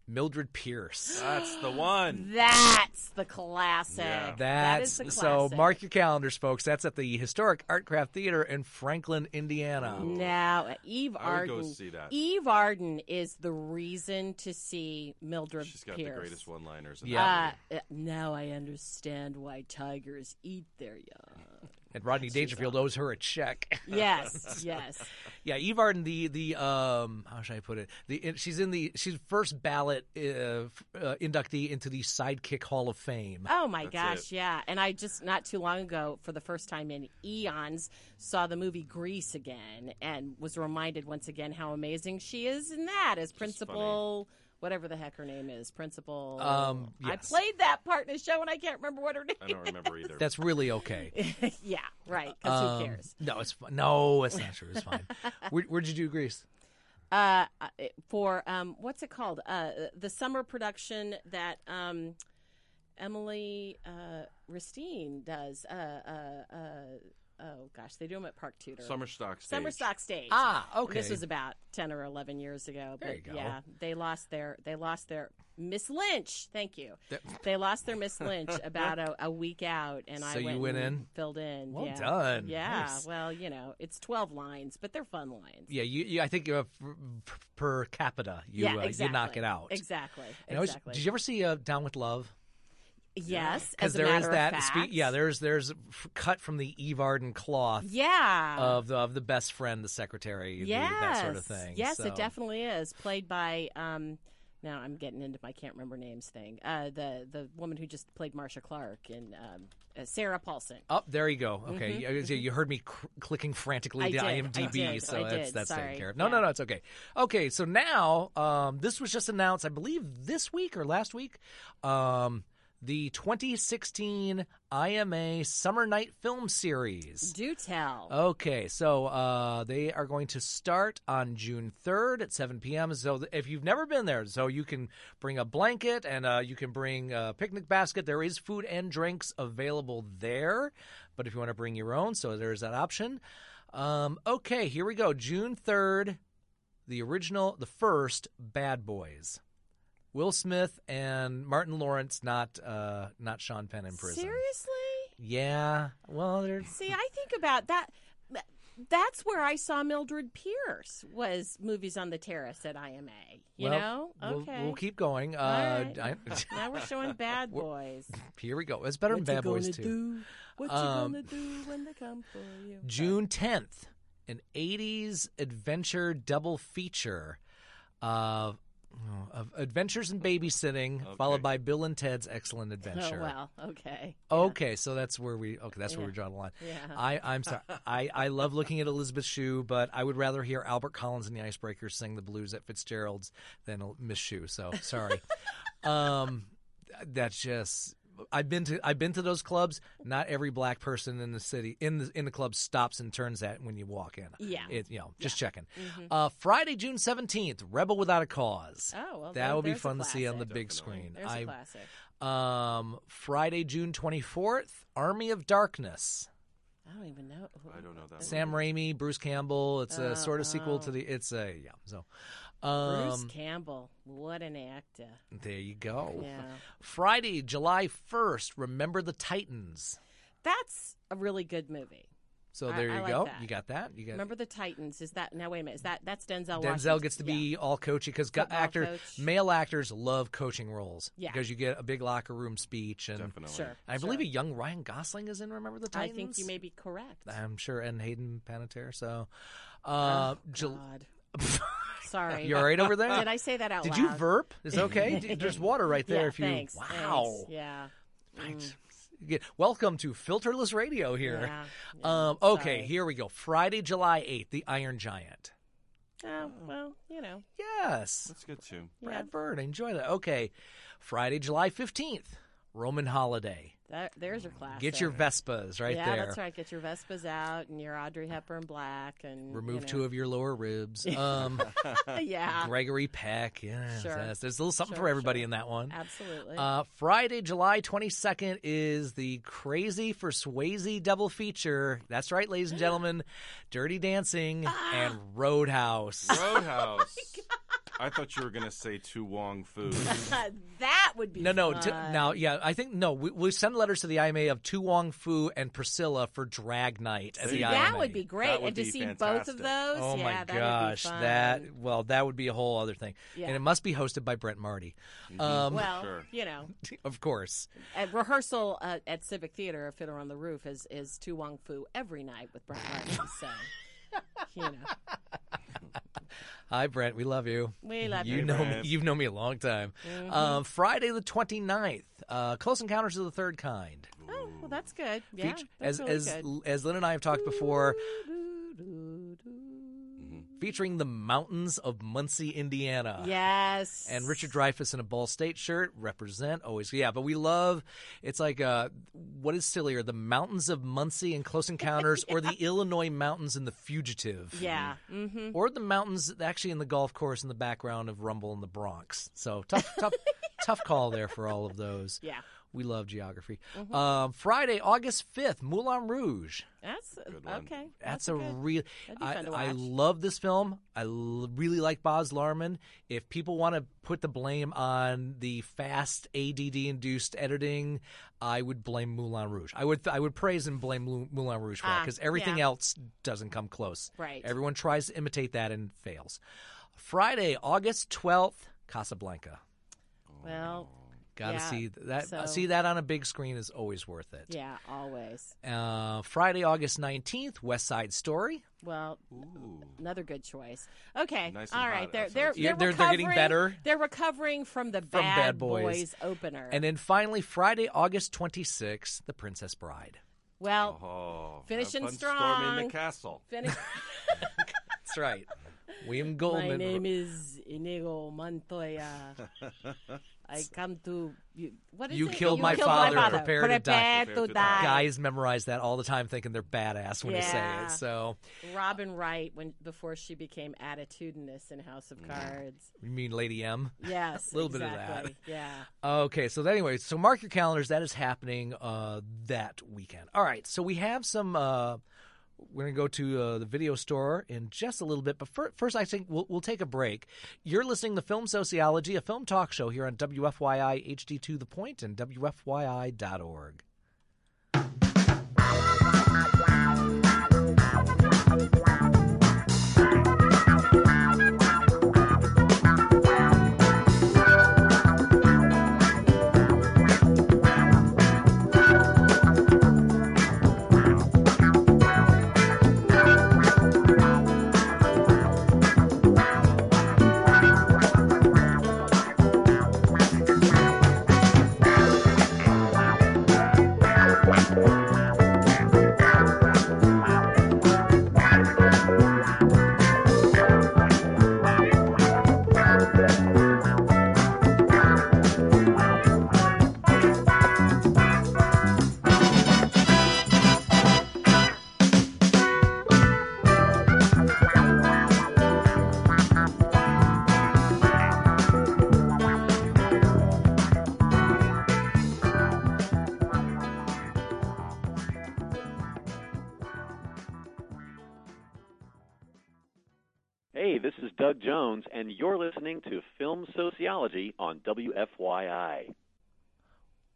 [SPEAKER 4] Mildred Pierce.
[SPEAKER 5] That's the one.
[SPEAKER 7] that's the classic.
[SPEAKER 5] Yeah.
[SPEAKER 7] That
[SPEAKER 4] That's
[SPEAKER 7] is the classic.
[SPEAKER 4] so. Mark your calendars, folks. That's at the historic Artcraft Theater in Franklin, Indiana.
[SPEAKER 7] Now, uh, Eve
[SPEAKER 5] Oh. I would go
[SPEAKER 7] Arden.
[SPEAKER 5] see that.
[SPEAKER 7] Eve Arden is the reason to see Mildred
[SPEAKER 5] She's got
[SPEAKER 7] Pierce.
[SPEAKER 5] the greatest one-liners. in
[SPEAKER 4] Yeah.
[SPEAKER 5] that
[SPEAKER 7] Uh,
[SPEAKER 5] movie.
[SPEAKER 7] uh, now I understand why tigers eat their young.
[SPEAKER 4] And Rodney Dangerfield owes her a check.
[SPEAKER 7] Yes, yes.
[SPEAKER 4] yeah, Eve Arden, the the um, how should I put it? The it- she's in the she's first ballot uh, f- uh, inductee into the Sidekick Hall of Fame.
[SPEAKER 7] Oh my
[SPEAKER 5] That's
[SPEAKER 7] gosh,
[SPEAKER 5] it.
[SPEAKER 7] yeah. And I just not too long ago, for the first time in eons, saw the movie Grease again and was reminded once again how amazing she is in that as principal. Whatever the heck her name is, principal.
[SPEAKER 4] Um,
[SPEAKER 7] I
[SPEAKER 4] yes.
[SPEAKER 7] played that part in a show, and I can't remember what her
[SPEAKER 5] I
[SPEAKER 7] name.
[SPEAKER 5] don't remember either.
[SPEAKER 4] That's really okay.
[SPEAKER 7] yeah, right. Because who
[SPEAKER 4] Um,
[SPEAKER 7] cares?
[SPEAKER 4] No, it's fi- no, it's not true. It's fine. Where, where'd you do Greece?
[SPEAKER 7] Uh, uh, for um, what's it called? Uh, the summer production that um, Emily uh, Ristine does. Uh, uh, uh, oh gosh, they do them at Park Tudor.
[SPEAKER 5] Summer stock stage.
[SPEAKER 7] Summer stock stage.
[SPEAKER 4] Ah,
[SPEAKER 7] And
[SPEAKER 4] okay.
[SPEAKER 7] This was about ten or eleven years ago.
[SPEAKER 4] There
[SPEAKER 7] but
[SPEAKER 4] you go.
[SPEAKER 7] Yeah, they lost their they lost their Miss Lynch. Thank you. they lost their Miss Lynch about a, a week out, and I
[SPEAKER 4] So you
[SPEAKER 7] went
[SPEAKER 4] went
[SPEAKER 7] and
[SPEAKER 4] in?
[SPEAKER 7] filled in.
[SPEAKER 4] Well
[SPEAKER 7] yeah.
[SPEAKER 4] done.
[SPEAKER 7] Yeah.
[SPEAKER 4] Nice.
[SPEAKER 7] Well, you know, it's twelve lines, but they're fun lines.
[SPEAKER 4] Yeah, you, you I think you have per, per capita. You
[SPEAKER 7] yeah,
[SPEAKER 4] uh,
[SPEAKER 7] exactly.
[SPEAKER 4] you knock it out.
[SPEAKER 7] Exactly.
[SPEAKER 4] And I was-
[SPEAKER 7] exactly.
[SPEAKER 4] did you ever see uh, Down with Love?
[SPEAKER 7] yes.
[SPEAKER 4] Because
[SPEAKER 7] As a
[SPEAKER 4] there is
[SPEAKER 7] matter
[SPEAKER 4] that.
[SPEAKER 7] Of
[SPEAKER 4] spe-
[SPEAKER 7] fact,
[SPEAKER 4] yeah, there's there's f- cut from the Eve Arden cloth
[SPEAKER 7] Yeah.
[SPEAKER 4] of the, of the best friend, the secretary, the-
[SPEAKER 7] yes.
[SPEAKER 4] that sort of thing.
[SPEAKER 7] Yes,
[SPEAKER 4] So-
[SPEAKER 7] it definitely is. Played by um now I'm getting into my can't remember names thing. Uh the the woman who just played Marsha Clark and um uh, Sarah Paulson.
[SPEAKER 4] Oh, there you go. Okay, You- you, you heard me cr- clicking frantically
[SPEAKER 7] Mm-hmm. I
[SPEAKER 4] to
[SPEAKER 7] did, I
[SPEAKER 4] IMDb,
[SPEAKER 7] did,
[SPEAKER 4] so
[SPEAKER 7] I
[SPEAKER 4] that's
[SPEAKER 7] did,
[SPEAKER 4] that's taken
[SPEAKER 7] sorry.
[SPEAKER 4] care of. No, no,
[SPEAKER 7] Yeah.
[SPEAKER 4] no, it's okay. Okay, so now um, this was just announced, I believe, this week or last week. Um, the 2016 IMA Summer Night Film Series.
[SPEAKER 7] Do tell.
[SPEAKER 4] Oh, Okay, so uh, they are going to start on June 3rd at 7 p.m. So th- if you've never been there, so you can bring a blanket and uh, you can bring a picnic basket. There is food and drinks available there, but if you want to bring your own, so there's that option. Um, okay, here we go. June 3rd, the original, the first Bad Boys. Will Smith and Martin Lawrence, not uh, not Sean Penn in prison.
[SPEAKER 7] Seriously?
[SPEAKER 4] Yeah. Well, there's
[SPEAKER 7] See, I think about that that's where I saw Mildred Pierce was movies on the terrace at IMA. You
[SPEAKER 4] Well,
[SPEAKER 7] know?
[SPEAKER 4] we'll-
[SPEAKER 7] Okay.
[SPEAKER 4] We'll, keep going.
[SPEAKER 7] All
[SPEAKER 4] Uh,
[SPEAKER 7] right.
[SPEAKER 4] I-
[SPEAKER 7] now we're showing bad boys.
[SPEAKER 4] here we go. It's better than Bad Boys too.
[SPEAKER 7] What
[SPEAKER 4] you Um, gonna
[SPEAKER 7] do when they come for you?
[SPEAKER 4] June tenth, an '80s adventure double feature of, oh, of Adventures in Babysitting, followed
[SPEAKER 5] Okay.
[SPEAKER 4] by Bill and Ted's Excellent Adventure.
[SPEAKER 7] Oh well, okay.
[SPEAKER 4] Okay, so that's where we okay, that's where we draw the line.
[SPEAKER 7] Yeah.
[SPEAKER 4] I, I'm sorry. I, I love looking at Elizabeth Shue, but I would rather hear Albert Collins and the Icebreakers sing the blues at Fitzgerald's than El- Miss Shue. So sorry. um, that's just I've been to I've been to those clubs. Not every black person in the city in the in the club stops and turns at when you walk in.
[SPEAKER 7] Yeah. Mm-hmm.
[SPEAKER 4] it, you know, just checking. Uh, Friday, June seventeenth, Rebel Without a Cause.
[SPEAKER 7] Oh, well,
[SPEAKER 4] that
[SPEAKER 7] there-
[SPEAKER 4] would be
[SPEAKER 7] there's a
[SPEAKER 4] fun to see on the
[SPEAKER 7] classic.
[SPEAKER 4] big screen.
[SPEAKER 7] There's a
[SPEAKER 4] I-
[SPEAKER 7] classic.
[SPEAKER 4] um, Friday, June 24th, Army of Darkness.
[SPEAKER 7] I don't even know.
[SPEAKER 5] I don't know that.
[SPEAKER 4] Sam
[SPEAKER 5] movie.
[SPEAKER 4] Raimi, Bruce Campbell. It's a sort of sequel to the. It's a yeah. So, um,
[SPEAKER 7] Uh, oh. Bruce Campbell, what an actor!
[SPEAKER 4] there you go.
[SPEAKER 7] Yeah.
[SPEAKER 4] Friday, July 1st. Remember the Titans.
[SPEAKER 7] That's a really good movie.
[SPEAKER 4] So
[SPEAKER 7] I-
[SPEAKER 4] there
[SPEAKER 7] I
[SPEAKER 4] you
[SPEAKER 7] like
[SPEAKER 4] go.
[SPEAKER 7] that.
[SPEAKER 4] You got that. You got.
[SPEAKER 7] Remember the Titans? Is that now? Wait a minute. Is that that's Denzel?
[SPEAKER 4] Denzel
[SPEAKER 7] Washington?
[SPEAKER 4] gets to
[SPEAKER 7] Yeah.
[SPEAKER 4] be all coachy because
[SPEAKER 7] Football
[SPEAKER 4] actor
[SPEAKER 7] coach.
[SPEAKER 4] male actors love coaching roles
[SPEAKER 7] Yeah.
[SPEAKER 4] because you get a big locker room speech and
[SPEAKER 5] Definitely.
[SPEAKER 7] Sure.
[SPEAKER 4] I believe
[SPEAKER 7] sure.
[SPEAKER 4] a young Ryan Gosling is in Remember the
[SPEAKER 7] I
[SPEAKER 4] Titans.
[SPEAKER 7] think you may be correct.
[SPEAKER 4] I'm sure, and Hayden Panettiere. So, uh,
[SPEAKER 7] Oh,
[SPEAKER 4] Jul-
[SPEAKER 7] God. Sorry.
[SPEAKER 4] You all right over there?
[SPEAKER 7] Did I say that out
[SPEAKER 4] Did
[SPEAKER 7] loud?
[SPEAKER 4] you verp? Is it okay? D- There's water right there.
[SPEAKER 7] Yeah,
[SPEAKER 4] if you
[SPEAKER 7] thanks,
[SPEAKER 4] wow,
[SPEAKER 7] thanks. Yeah.
[SPEAKER 4] Thanks. Good. welcome to filterless radio here.
[SPEAKER 7] Yeah,
[SPEAKER 4] um, okay,
[SPEAKER 7] sorry.
[SPEAKER 4] here we go. Friday, July eighth, the Iron Giant.
[SPEAKER 7] Oh, well, you know.
[SPEAKER 4] Yes.
[SPEAKER 5] That's good too.
[SPEAKER 4] Brad Bird. Enjoy that. Okay. Friday, July 15th, Roman holiday.
[SPEAKER 7] That, there's your class.
[SPEAKER 4] Get your Vespas right
[SPEAKER 7] yeah,
[SPEAKER 4] there.
[SPEAKER 7] that's right. Get your Vespas out and your Audrey Hepburn black and
[SPEAKER 4] Remove
[SPEAKER 7] you
[SPEAKER 4] two
[SPEAKER 7] know.
[SPEAKER 4] of your lower ribs. Um,
[SPEAKER 7] yeah,
[SPEAKER 4] Gregory Peck. Yes,
[SPEAKER 7] Sure.
[SPEAKER 4] yes. There's a little something
[SPEAKER 7] Sure,
[SPEAKER 4] for everybody
[SPEAKER 7] sure.
[SPEAKER 4] in that one.
[SPEAKER 7] absolutely.
[SPEAKER 4] Uh, Friday, July 22nd is the Crazy for Swayze double feature. That's right, ladies and gentlemen. Dirty Dancing
[SPEAKER 7] Ah.
[SPEAKER 4] and Roadhouse.
[SPEAKER 5] Roadhouse. I thought you were gonna say Tu Wong Fu.
[SPEAKER 7] that would be
[SPEAKER 4] No, no.
[SPEAKER 7] Fun.
[SPEAKER 4] T- now, yeah, I think no. We, we send letters to the IMA of Tu Wong Fu and Priscilla for Drag Night at
[SPEAKER 5] See,
[SPEAKER 4] the
[SPEAKER 7] that
[SPEAKER 4] IMA.
[SPEAKER 7] would be great,
[SPEAKER 5] That would
[SPEAKER 7] and to
[SPEAKER 5] be
[SPEAKER 7] see both
[SPEAKER 5] fantastic.
[SPEAKER 7] of those.
[SPEAKER 4] Oh
[SPEAKER 7] yeah,
[SPEAKER 4] my
[SPEAKER 7] that would be
[SPEAKER 4] gosh,
[SPEAKER 7] fun.
[SPEAKER 4] that well, that would be a whole other thing,
[SPEAKER 7] Yeah.
[SPEAKER 4] and it must be hosted by Brent Marty, um,
[SPEAKER 7] Well,
[SPEAKER 5] Sure.
[SPEAKER 7] you know,
[SPEAKER 4] of course.
[SPEAKER 7] at rehearsal uh, at Civic Theater of Fiddler on the Roof is is Tu Wong Fu every night with Brett Martin. so, you know,
[SPEAKER 4] Hi, Brent, we love you.
[SPEAKER 7] we love
[SPEAKER 4] You
[SPEAKER 7] you.
[SPEAKER 4] know me.
[SPEAKER 5] Brent.
[SPEAKER 4] You've known me a long time.
[SPEAKER 7] Mm-hmm.
[SPEAKER 4] Uh, Friday the 29th, uh, Close Encounters of the Third Kind.
[SPEAKER 7] Oh, well, that's good. Yeah,
[SPEAKER 4] Feat- as
[SPEAKER 7] that's really
[SPEAKER 4] as
[SPEAKER 7] good.
[SPEAKER 4] as Lynn and I have talked before, featuring the mountains of Muncie, Indiana.
[SPEAKER 7] Mm-hmm. yes,
[SPEAKER 4] and Richard Dreyfuss in a Ball State shirt represent always. Yeah, but we love. It's like uh, what is sillier, the mountains of Muncie and Close Encounters, or the Illinois mountains in The Fugitive,
[SPEAKER 7] Yeah, mm-hmm.
[SPEAKER 4] or the mountains actually in the golf course in the background of Rumble in the Bronx. So tough, tough, tough call there for all of those.
[SPEAKER 7] Yeah. Mm-hmm.
[SPEAKER 4] We love geography. Um, Friday, August fifth, Moulin Rouge.
[SPEAKER 7] that's
[SPEAKER 5] one. Oh.
[SPEAKER 7] okay.
[SPEAKER 4] That's,
[SPEAKER 7] That's,
[SPEAKER 4] a
[SPEAKER 7] good-
[SPEAKER 4] real.
[SPEAKER 7] that'd be
[SPEAKER 4] I,
[SPEAKER 7] fun to
[SPEAKER 4] I
[SPEAKER 7] watch.
[SPEAKER 4] love this film. I l- really like Boz Luhrmann. If people want to put the blame on the fast ADD induced editing, I would blame Moulin Rouge. I would I would praise and blame Mou- Moulin Rouge for that
[SPEAKER 7] Ah,
[SPEAKER 4] because everything
[SPEAKER 7] yeah.
[SPEAKER 4] else doesn't come close.
[SPEAKER 7] Right.
[SPEAKER 4] Everyone tries to imitate that and fails. Friday, August twelfth, Casablanca.
[SPEAKER 7] well.
[SPEAKER 4] Gotta
[SPEAKER 7] Yeah,
[SPEAKER 4] see th- that. uh,
[SPEAKER 7] so-
[SPEAKER 4] See that on a big screen is always worth it.
[SPEAKER 7] Yeah, always.
[SPEAKER 4] Uh, Friday, August nineteenth, West Side Story.
[SPEAKER 7] Well,
[SPEAKER 5] Ooh.
[SPEAKER 7] another good choice. Okay,
[SPEAKER 5] Nice and
[SPEAKER 7] all right.
[SPEAKER 5] hot
[SPEAKER 7] They're
[SPEAKER 5] outside.
[SPEAKER 7] they're
[SPEAKER 4] Yeah,
[SPEAKER 7] they're,
[SPEAKER 4] they're- they're getting
[SPEAKER 7] recovering-
[SPEAKER 4] better.
[SPEAKER 7] They're recovering from the Bad,
[SPEAKER 4] Bad Boys.
[SPEAKER 7] Boys. opener.
[SPEAKER 4] And then finally, Friday, August 26th, The Princess Bride.
[SPEAKER 7] well,
[SPEAKER 5] Oh,
[SPEAKER 7] Finishing
[SPEAKER 5] have fun Storming
[SPEAKER 7] strong.
[SPEAKER 5] the castle.
[SPEAKER 7] finish.
[SPEAKER 4] That's right. William
[SPEAKER 7] My
[SPEAKER 4] Goldman.
[SPEAKER 7] name is Inigo Montoya. I come to you. What is
[SPEAKER 4] You
[SPEAKER 7] it?
[SPEAKER 4] killed my father. Prepare to die.
[SPEAKER 5] Prepare to
[SPEAKER 4] Guys memorize that all the time, thinking they're badass when you
[SPEAKER 7] Yeah.
[SPEAKER 4] say it. So,
[SPEAKER 7] Robin Wright when before she became attitudinous in House
[SPEAKER 5] Mm.
[SPEAKER 7] of Cards.
[SPEAKER 4] you mean Lady M?
[SPEAKER 7] Yes,
[SPEAKER 4] Little bit of that.
[SPEAKER 7] exactly. Yeah.
[SPEAKER 4] Okay, so anyway, so mark your calendars. That is happening uh, that weekend. All right, so we have some. Uh, we're going to go to uh, the video store in just a little bit, but fir- first, I think we'll, we'll take a break. You're listening to Film Sociology, a film talk show here on WFYI HD2 The Point and WFYI.org.
[SPEAKER 8] Hey, this is Doug Jones, and you're listening to Film Sociology on WFYI.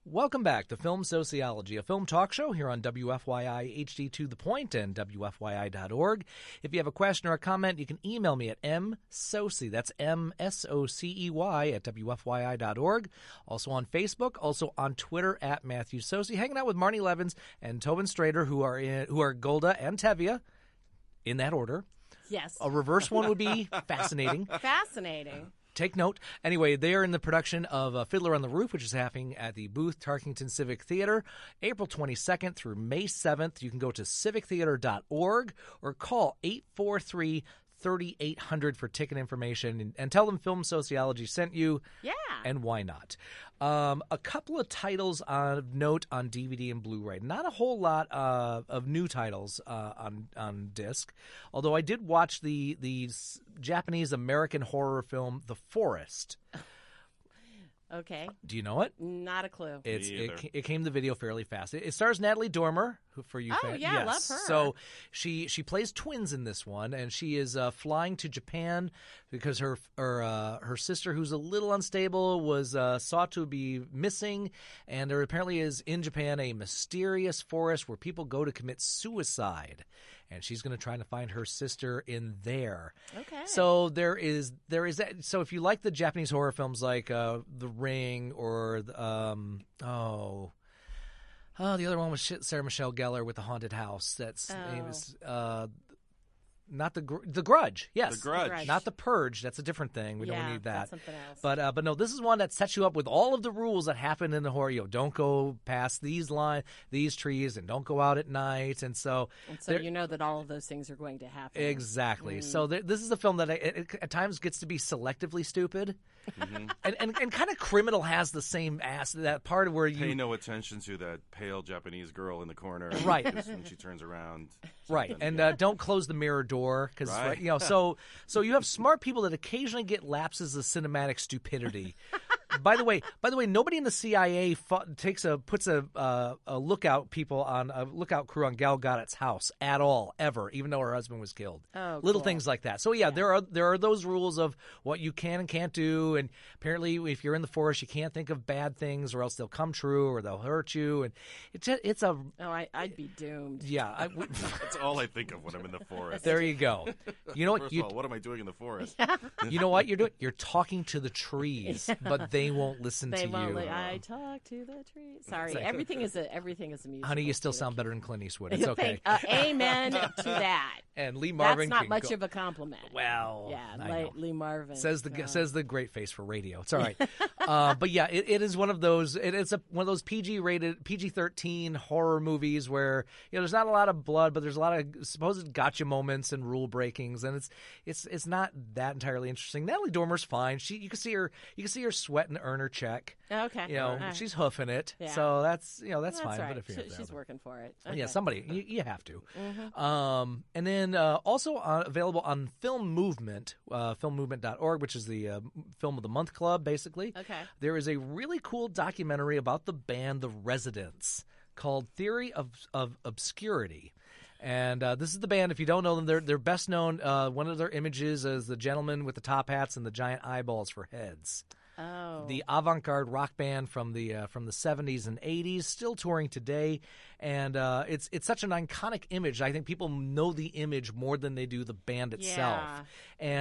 [SPEAKER 4] Welcome back to Film Sociology, a film talk show here on WFYI HD to the point and WFYI.org. If you have a question or a comment, you can email me at msocey, E. that's M-S-O-C-E-Y E at WFYI.org. Also on Facebook, also on Twitter at Matthew Socy, hanging out with Marnie Levins and Tobin Strader, who are in, who are Golda and Tevia, in that order.
[SPEAKER 7] Yes.
[SPEAKER 4] A reverse one would be fascinating
[SPEAKER 7] Fascinating.
[SPEAKER 4] take note. Anyway, they are in the production of uh, Fiddler on the Roof, which is happening at the Booth Tarkington Civic Theater, April 22nd through May 7th. You can go to civictheater.org or call 843 3800 for ticket information and, and tell them Film Sociology sent you.
[SPEAKER 7] Yeah.
[SPEAKER 4] And why not? Um, a couple of titles of note on DVD and Blu ray. Not a whole lot uh, of new titles uh, on, on disc, although I did watch the, the Japanese American horror film The Forest.
[SPEAKER 7] Okay.
[SPEAKER 4] Do you know it?
[SPEAKER 7] Not a clue.
[SPEAKER 4] It's
[SPEAKER 5] Me either.
[SPEAKER 4] it, ca- it came to video fairly fast. It, it stars Natalie Dormer who, for you.
[SPEAKER 7] Oh,
[SPEAKER 4] fan-
[SPEAKER 7] yeah, I love
[SPEAKER 4] yes.
[SPEAKER 7] her.
[SPEAKER 4] So she she plays twins in this one, and she is uh, flying to Japan because her her uh, her sister, who's a little unstable, was uh, sought to be missing, and there apparently is in Japan a mysterious forest where people go to commit suicide, and she's going to try to find her sister in there.
[SPEAKER 7] Okay.
[SPEAKER 4] So there is there is that. So if you like the Japanese horror films like uh, The Ring or the, um oh. Oh, the other one was shit- Sarah Michelle Gellar with the haunted house. That's it
[SPEAKER 7] Oh.
[SPEAKER 4] was uh, not the Gr- the Grudge. Yes,
[SPEAKER 5] The Grudge.
[SPEAKER 7] Grudge.
[SPEAKER 4] not the Purge. That's a different thing. We
[SPEAKER 7] Yeah,
[SPEAKER 4] don't need that.
[SPEAKER 7] that's something else.
[SPEAKER 4] But uh, but no, this is one that sets you up with all of the rules that happen in the horror. You know, don't go past these line these trees, and don't go out at night. And so
[SPEAKER 7] And so you know that all of those things are going to happen.
[SPEAKER 4] Exactly. So th- this is a film that I, it, it at times gets to be selectively stupid, and and, and kind of criminal has the same ass that part where you
[SPEAKER 5] Pay no attention to that pale Japanese girl in the corner.
[SPEAKER 4] Right.
[SPEAKER 5] because when she turns around.
[SPEAKER 4] right and uh, don't close the mirror door because
[SPEAKER 5] Right.
[SPEAKER 4] you know so so you have smart people that occasionally get lapses of cinematic stupidity. by the way, by the way, nobody in the CIA fu- takes a puts a uh, a lookout people on a lookout crew on Gal Gadot's house at all ever, even though her husband was killed.
[SPEAKER 7] Oh,
[SPEAKER 4] little
[SPEAKER 7] cool.
[SPEAKER 4] things like that. So yeah, there are there are those rules of what you can and can't do, and apparently if you're in the forest, you can't think of bad things, or else they'll come true, or they'll hurt you, and it's a, it's a
[SPEAKER 7] Oh, I, I'd be doomed.
[SPEAKER 4] yeah. I, we-
[SPEAKER 5] That's all I think of when I'm in the forest.
[SPEAKER 4] there you go. You know what?
[SPEAKER 5] First
[SPEAKER 4] You,
[SPEAKER 5] of all, what am I doing in the forest?
[SPEAKER 4] you know what you're doing? You're talking to the trees, but they won't listen
[SPEAKER 7] They
[SPEAKER 4] to
[SPEAKER 7] won't.
[SPEAKER 4] you.
[SPEAKER 7] Like, I talk to the tree. Sorry, everything is a everything is a music.
[SPEAKER 4] Um, Honey, you still sound better than Clint Eastwood. It's okay.
[SPEAKER 7] Uh, amen to that.
[SPEAKER 4] and Lee Marvin.
[SPEAKER 7] That's not
[SPEAKER 4] can
[SPEAKER 7] much
[SPEAKER 4] go-
[SPEAKER 7] of a compliment.
[SPEAKER 4] Well,
[SPEAKER 7] yeah,
[SPEAKER 4] I
[SPEAKER 7] Lee,
[SPEAKER 4] know.
[SPEAKER 7] Lee Marvin
[SPEAKER 4] Says the
[SPEAKER 7] Oh God.
[SPEAKER 4] says the great face for radio. It's all right, uh, but yeah, it, it is one of those. It, it's a, one of those PG rated PG thirteen horror movies where you know there's not a lot of blood, but there's a lot of supposed gotcha moments and rule breakings, and it's it's it's not that entirely interesting. Natalie Dormer's fine. She you can see her you can see her sweat and earn her check.
[SPEAKER 7] Okay,
[SPEAKER 4] You know
[SPEAKER 7] all right.
[SPEAKER 4] she's hoofing it,
[SPEAKER 7] Uh-huh. Yeah.
[SPEAKER 4] so that's you know that's,
[SPEAKER 7] that's
[SPEAKER 4] fine.
[SPEAKER 7] right.
[SPEAKER 4] But if you're
[SPEAKER 7] She-
[SPEAKER 4] out there,
[SPEAKER 7] she's working for it. Okay. Mm-hmm.
[SPEAKER 4] yeah, somebody you, you have to. Um, and then uh, also uh, available on Film Movement, uh, filmmovement.org, which is the uh, film of the month club, basically.
[SPEAKER 7] Okay.
[SPEAKER 4] There is a really cool documentary about the band The Residents called Theory of, of Obscurity. And uh, this is the band. If you don't know them, they're they're best known. Uh, one of their images is the gentleman with the top hats and the giant eyeballs for heads
[SPEAKER 7] Oh,
[SPEAKER 4] the avant-garde rock band from the uh, from the 70s and 80s still touring today and uh, it's it's such an iconic image i think people know the image more than they do the band itself
[SPEAKER 7] Yeah.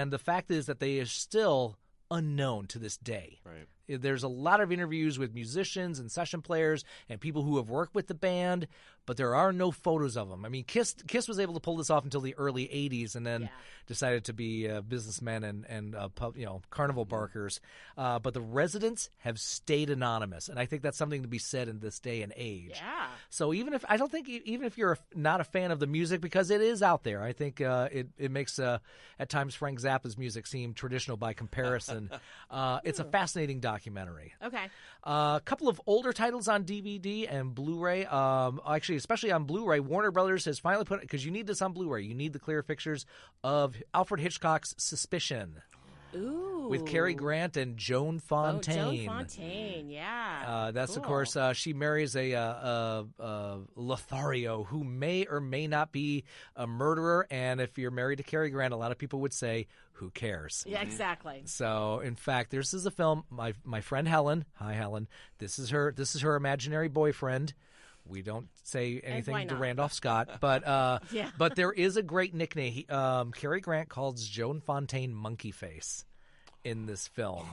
[SPEAKER 4] and the fact is that they are still unknown to this day
[SPEAKER 5] Right.
[SPEAKER 4] there's a lot of interviews with musicians and session players and people who have worked with the band, but there are no photos of them. I mean, Kiss Kiss was able to pull this off until the early '80s, and then decided to be uh, businessmen and and uh, pub, you know carnival barkers. Uh, but the residents have stayed anonymous, and I think that's something to be said in this day and age.
[SPEAKER 7] yeah.
[SPEAKER 4] So even if I don't think e- even if you're a- not a fan of the music because it is out there, I think uh, it it makes uh, at times Frank Zappa's music seem traditional by comparison. uh, it's a
[SPEAKER 7] Hmm.
[SPEAKER 4] fascinating documentary.
[SPEAKER 7] Okay.
[SPEAKER 4] Uh, a couple of older titles on DVD and Blu-ray. Um, actually, especially on Blu-ray, Warner Brothers has finally put because you need this on Blu-ray. You need the clear pictures of Alfred Hitchcock's Suspicion
[SPEAKER 7] Ooh.
[SPEAKER 4] with Cary Grant and Joan
[SPEAKER 7] Oh,
[SPEAKER 4] Fontaine.
[SPEAKER 7] Joan Fontaine. Yeah.
[SPEAKER 4] Uh, that's of
[SPEAKER 7] Cool.
[SPEAKER 4] course uh, she marries a, uh, uh uh Lothario who may or may not be a murderer, and if you're married to Cary Grant, a lot of people would say, "Who cares?"
[SPEAKER 7] Yeah, exactly.
[SPEAKER 4] So, in fact, this is a film. My my friend Helen, hi Helen. This is her. This is her imaginary boyfriend. We don't say
[SPEAKER 7] why
[SPEAKER 4] anything to
[SPEAKER 7] not?
[SPEAKER 4] Randolph Scott, but uh,
[SPEAKER 7] Yeah.
[SPEAKER 4] but there is a great nickname. He, um, Cary Grant calls Joan Fontaine Monkey Face in this film.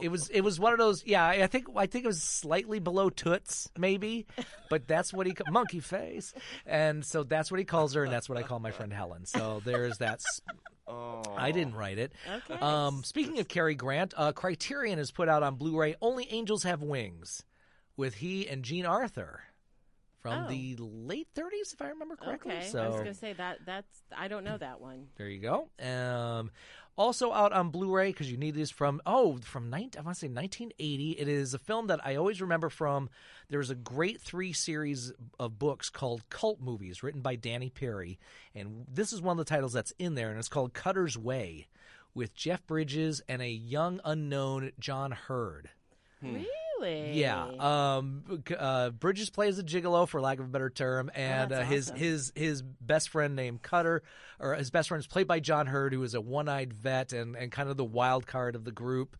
[SPEAKER 4] it was it was one of those. Yeah, I think I think it was slightly below Toots, maybe, but that's what he ca- Monkey Face, and so that's what he calls her, and that's what I call my friend Helen. So there is that. s-
[SPEAKER 5] Oh,
[SPEAKER 4] I didn't write it.
[SPEAKER 7] Okay.
[SPEAKER 4] Um, speaking of Cary Grant, uh, Criterion is put out on Blu-ray. Only Angels Have Wings, with he and Gene Arthur from
[SPEAKER 7] Oh.
[SPEAKER 4] the late 30s, if I remember correctly.
[SPEAKER 7] Okay,
[SPEAKER 4] So
[SPEAKER 7] I was going to say that. That's I don't know that one.
[SPEAKER 4] there you go. Um, also out on Blu-ray because you need it is from oh from 19, I want to say 1980. It is a film that I always remember from. There was a great three series of books called Cult Movies written by Danny Perry, and this is one of the titles that's in there, and it's called Cutter's Way, with Jeff Bridges and a young unknown John Hurd.
[SPEAKER 7] Really?
[SPEAKER 4] Yeah, um, c- uh, Bridges plays a gigolo, for lack of a better term, and
[SPEAKER 7] Oh, that's
[SPEAKER 4] uh, his
[SPEAKER 7] awesome.
[SPEAKER 4] his his best friend named Cutter, or his best friend is played by John Hurd, who is a one-eyed vet and, and kind of the wild card of the group.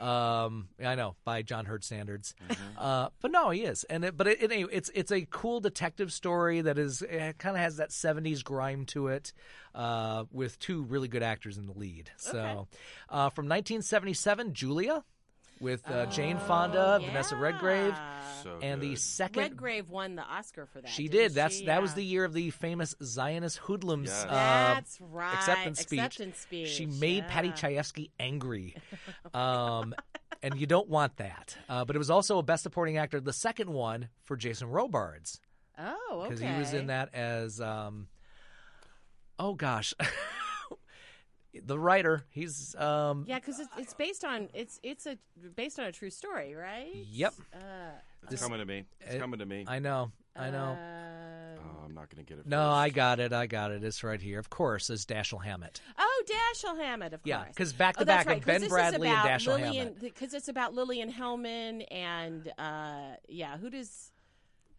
[SPEAKER 4] Um, I know by John Hurd standards,
[SPEAKER 7] Mm-hmm.
[SPEAKER 4] uh, but no, he is, and it, but it, it, it's it's a cool detective story that is it kind of has that '70s grime to it, uh, with two really good actors in the lead. So, uh, from 1977, Julia. With uh, Jane Fonda, Vanessa Redgrave,
[SPEAKER 5] So
[SPEAKER 4] and the
[SPEAKER 5] good.
[SPEAKER 4] second
[SPEAKER 7] Oh, Redgrave won the Oscar for that.
[SPEAKER 4] she
[SPEAKER 7] didn't
[SPEAKER 4] did. That's
[SPEAKER 7] she?
[SPEAKER 4] that was
[SPEAKER 7] Yeah.
[SPEAKER 4] the year of the famous Zionist hoodlums.
[SPEAKER 5] Yes.
[SPEAKER 4] uh,
[SPEAKER 7] That's right.
[SPEAKER 4] Acceptance speech.
[SPEAKER 7] Acceptance speech,
[SPEAKER 4] She made Patty
[SPEAKER 7] yeah.
[SPEAKER 4] Chayefsky angry, um, and you don't want that. Uh, but it was also a Best Supporting Actor, the second one for Jason Robards,
[SPEAKER 7] Oh, okay.
[SPEAKER 4] because he was in that as, um, oh gosh, the writer. He's um,
[SPEAKER 7] Yeah, because it's, it's based on it's it's a based on a true story, right? Uh,
[SPEAKER 4] yep.
[SPEAKER 5] It's coming to me. It's
[SPEAKER 4] it-
[SPEAKER 5] coming to me.
[SPEAKER 4] uh, I know. I know.
[SPEAKER 7] uh,
[SPEAKER 5] oh, I'm not going to get it.
[SPEAKER 4] no, I
[SPEAKER 5] first.
[SPEAKER 4] got it. I got it. It's right here. Of course, is Dashiell Hammett.
[SPEAKER 7] Oh, Dashiell Hammett, of
[SPEAKER 4] Yeah,
[SPEAKER 7] course.
[SPEAKER 4] 'cause back to
[SPEAKER 7] Oh,
[SPEAKER 4] back
[SPEAKER 7] that's
[SPEAKER 4] of
[SPEAKER 7] right, 'cause
[SPEAKER 4] Ben
[SPEAKER 7] this is
[SPEAKER 4] Bradley and
[SPEAKER 7] about
[SPEAKER 4] Dashiell
[SPEAKER 7] Lillian,
[SPEAKER 4] Hammett.
[SPEAKER 7] Because it's about Lillian Hellman and uh, yeah, who does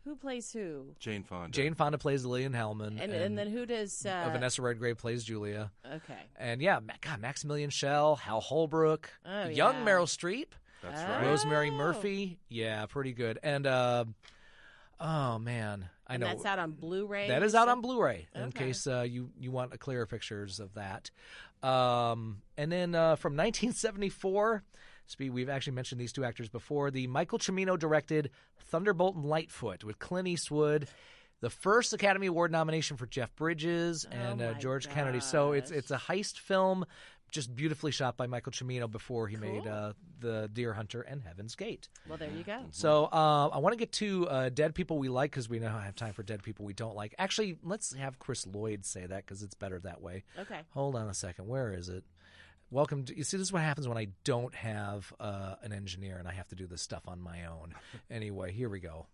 [SPEAKER 7] who plays who,
[SPEAKER 5] Jane Fonda.
[SPEAKER 4] Jane Fonda plays Lillian Hellman,
[SPEAKER 7] and and, then who does
[SPEAKER 4] uh,
[SPEAKER 7] uh,
[SPEAKER 4] Vanessa Redgrave plays Julia.
[SPEAKER 7] Okay,
[SPEAKER 4] And yeah, Ma- God, Maximilian Schell, Hal Holbrook,
[SPEAKER 7] Oh,
[SPEAKER 4] young
[SPEAKER 7] yeah.
[SPEAKER 4] Meryl Streep,
[SPEAKER 5] That's
[SPEAKER 4] Ah.
[SPEAKER 5] right.
[SPEAKER 4] Rosemary
[SPEAKER 7] Oh.
[SPEAKER 4] Murphy. Yeah, pretty good. And uh, oh man, I
[SPEAKER 7] and
[SPEAKER 4] know
[SPEAKER 7] that's out on Blu-ray.
[SPEAKER 4] that is out on Blu-ray in
[SPEAKER 7] Okay.
[SPEAKER 4] case uh, you you want a clearer pictures of that. Um, and then uh, from 1974, spe- we've actually mentioned these two actors before. The Michael Cimino directed Thunderbolt and Lightfoot with Clint Eastwood. The first Academy Award nomination for Jeff Bridges and uh,
[SPEAKER 7] Oh my
[SPEAKER 4] George Kennedy. So it's
[SPEAKER 7] gosh.
[SPEAKER 4] it's a heist film, just beautifully shot by Michael Cimino before he made
[SPEAKER 7] Cool.
[SPEAKER 4] uh, the Deer Hunter and Heaven's Gate.
[SPEAKER 7] Well, there you go.
[SPEAKER 4] So uh, I want to get to uh, dead people we like because we now have time for dead people we don't like. Actually, let's have Chris Lloyd say that because it's better that way.
[SPEAKER 7] Okay.
[SPEAKER 4] Hold on a second. Where is it? Welcome. To, you see, this is what happens when I don't have uh, an engineer and I have to do this stuff on my own. anyway, here we go.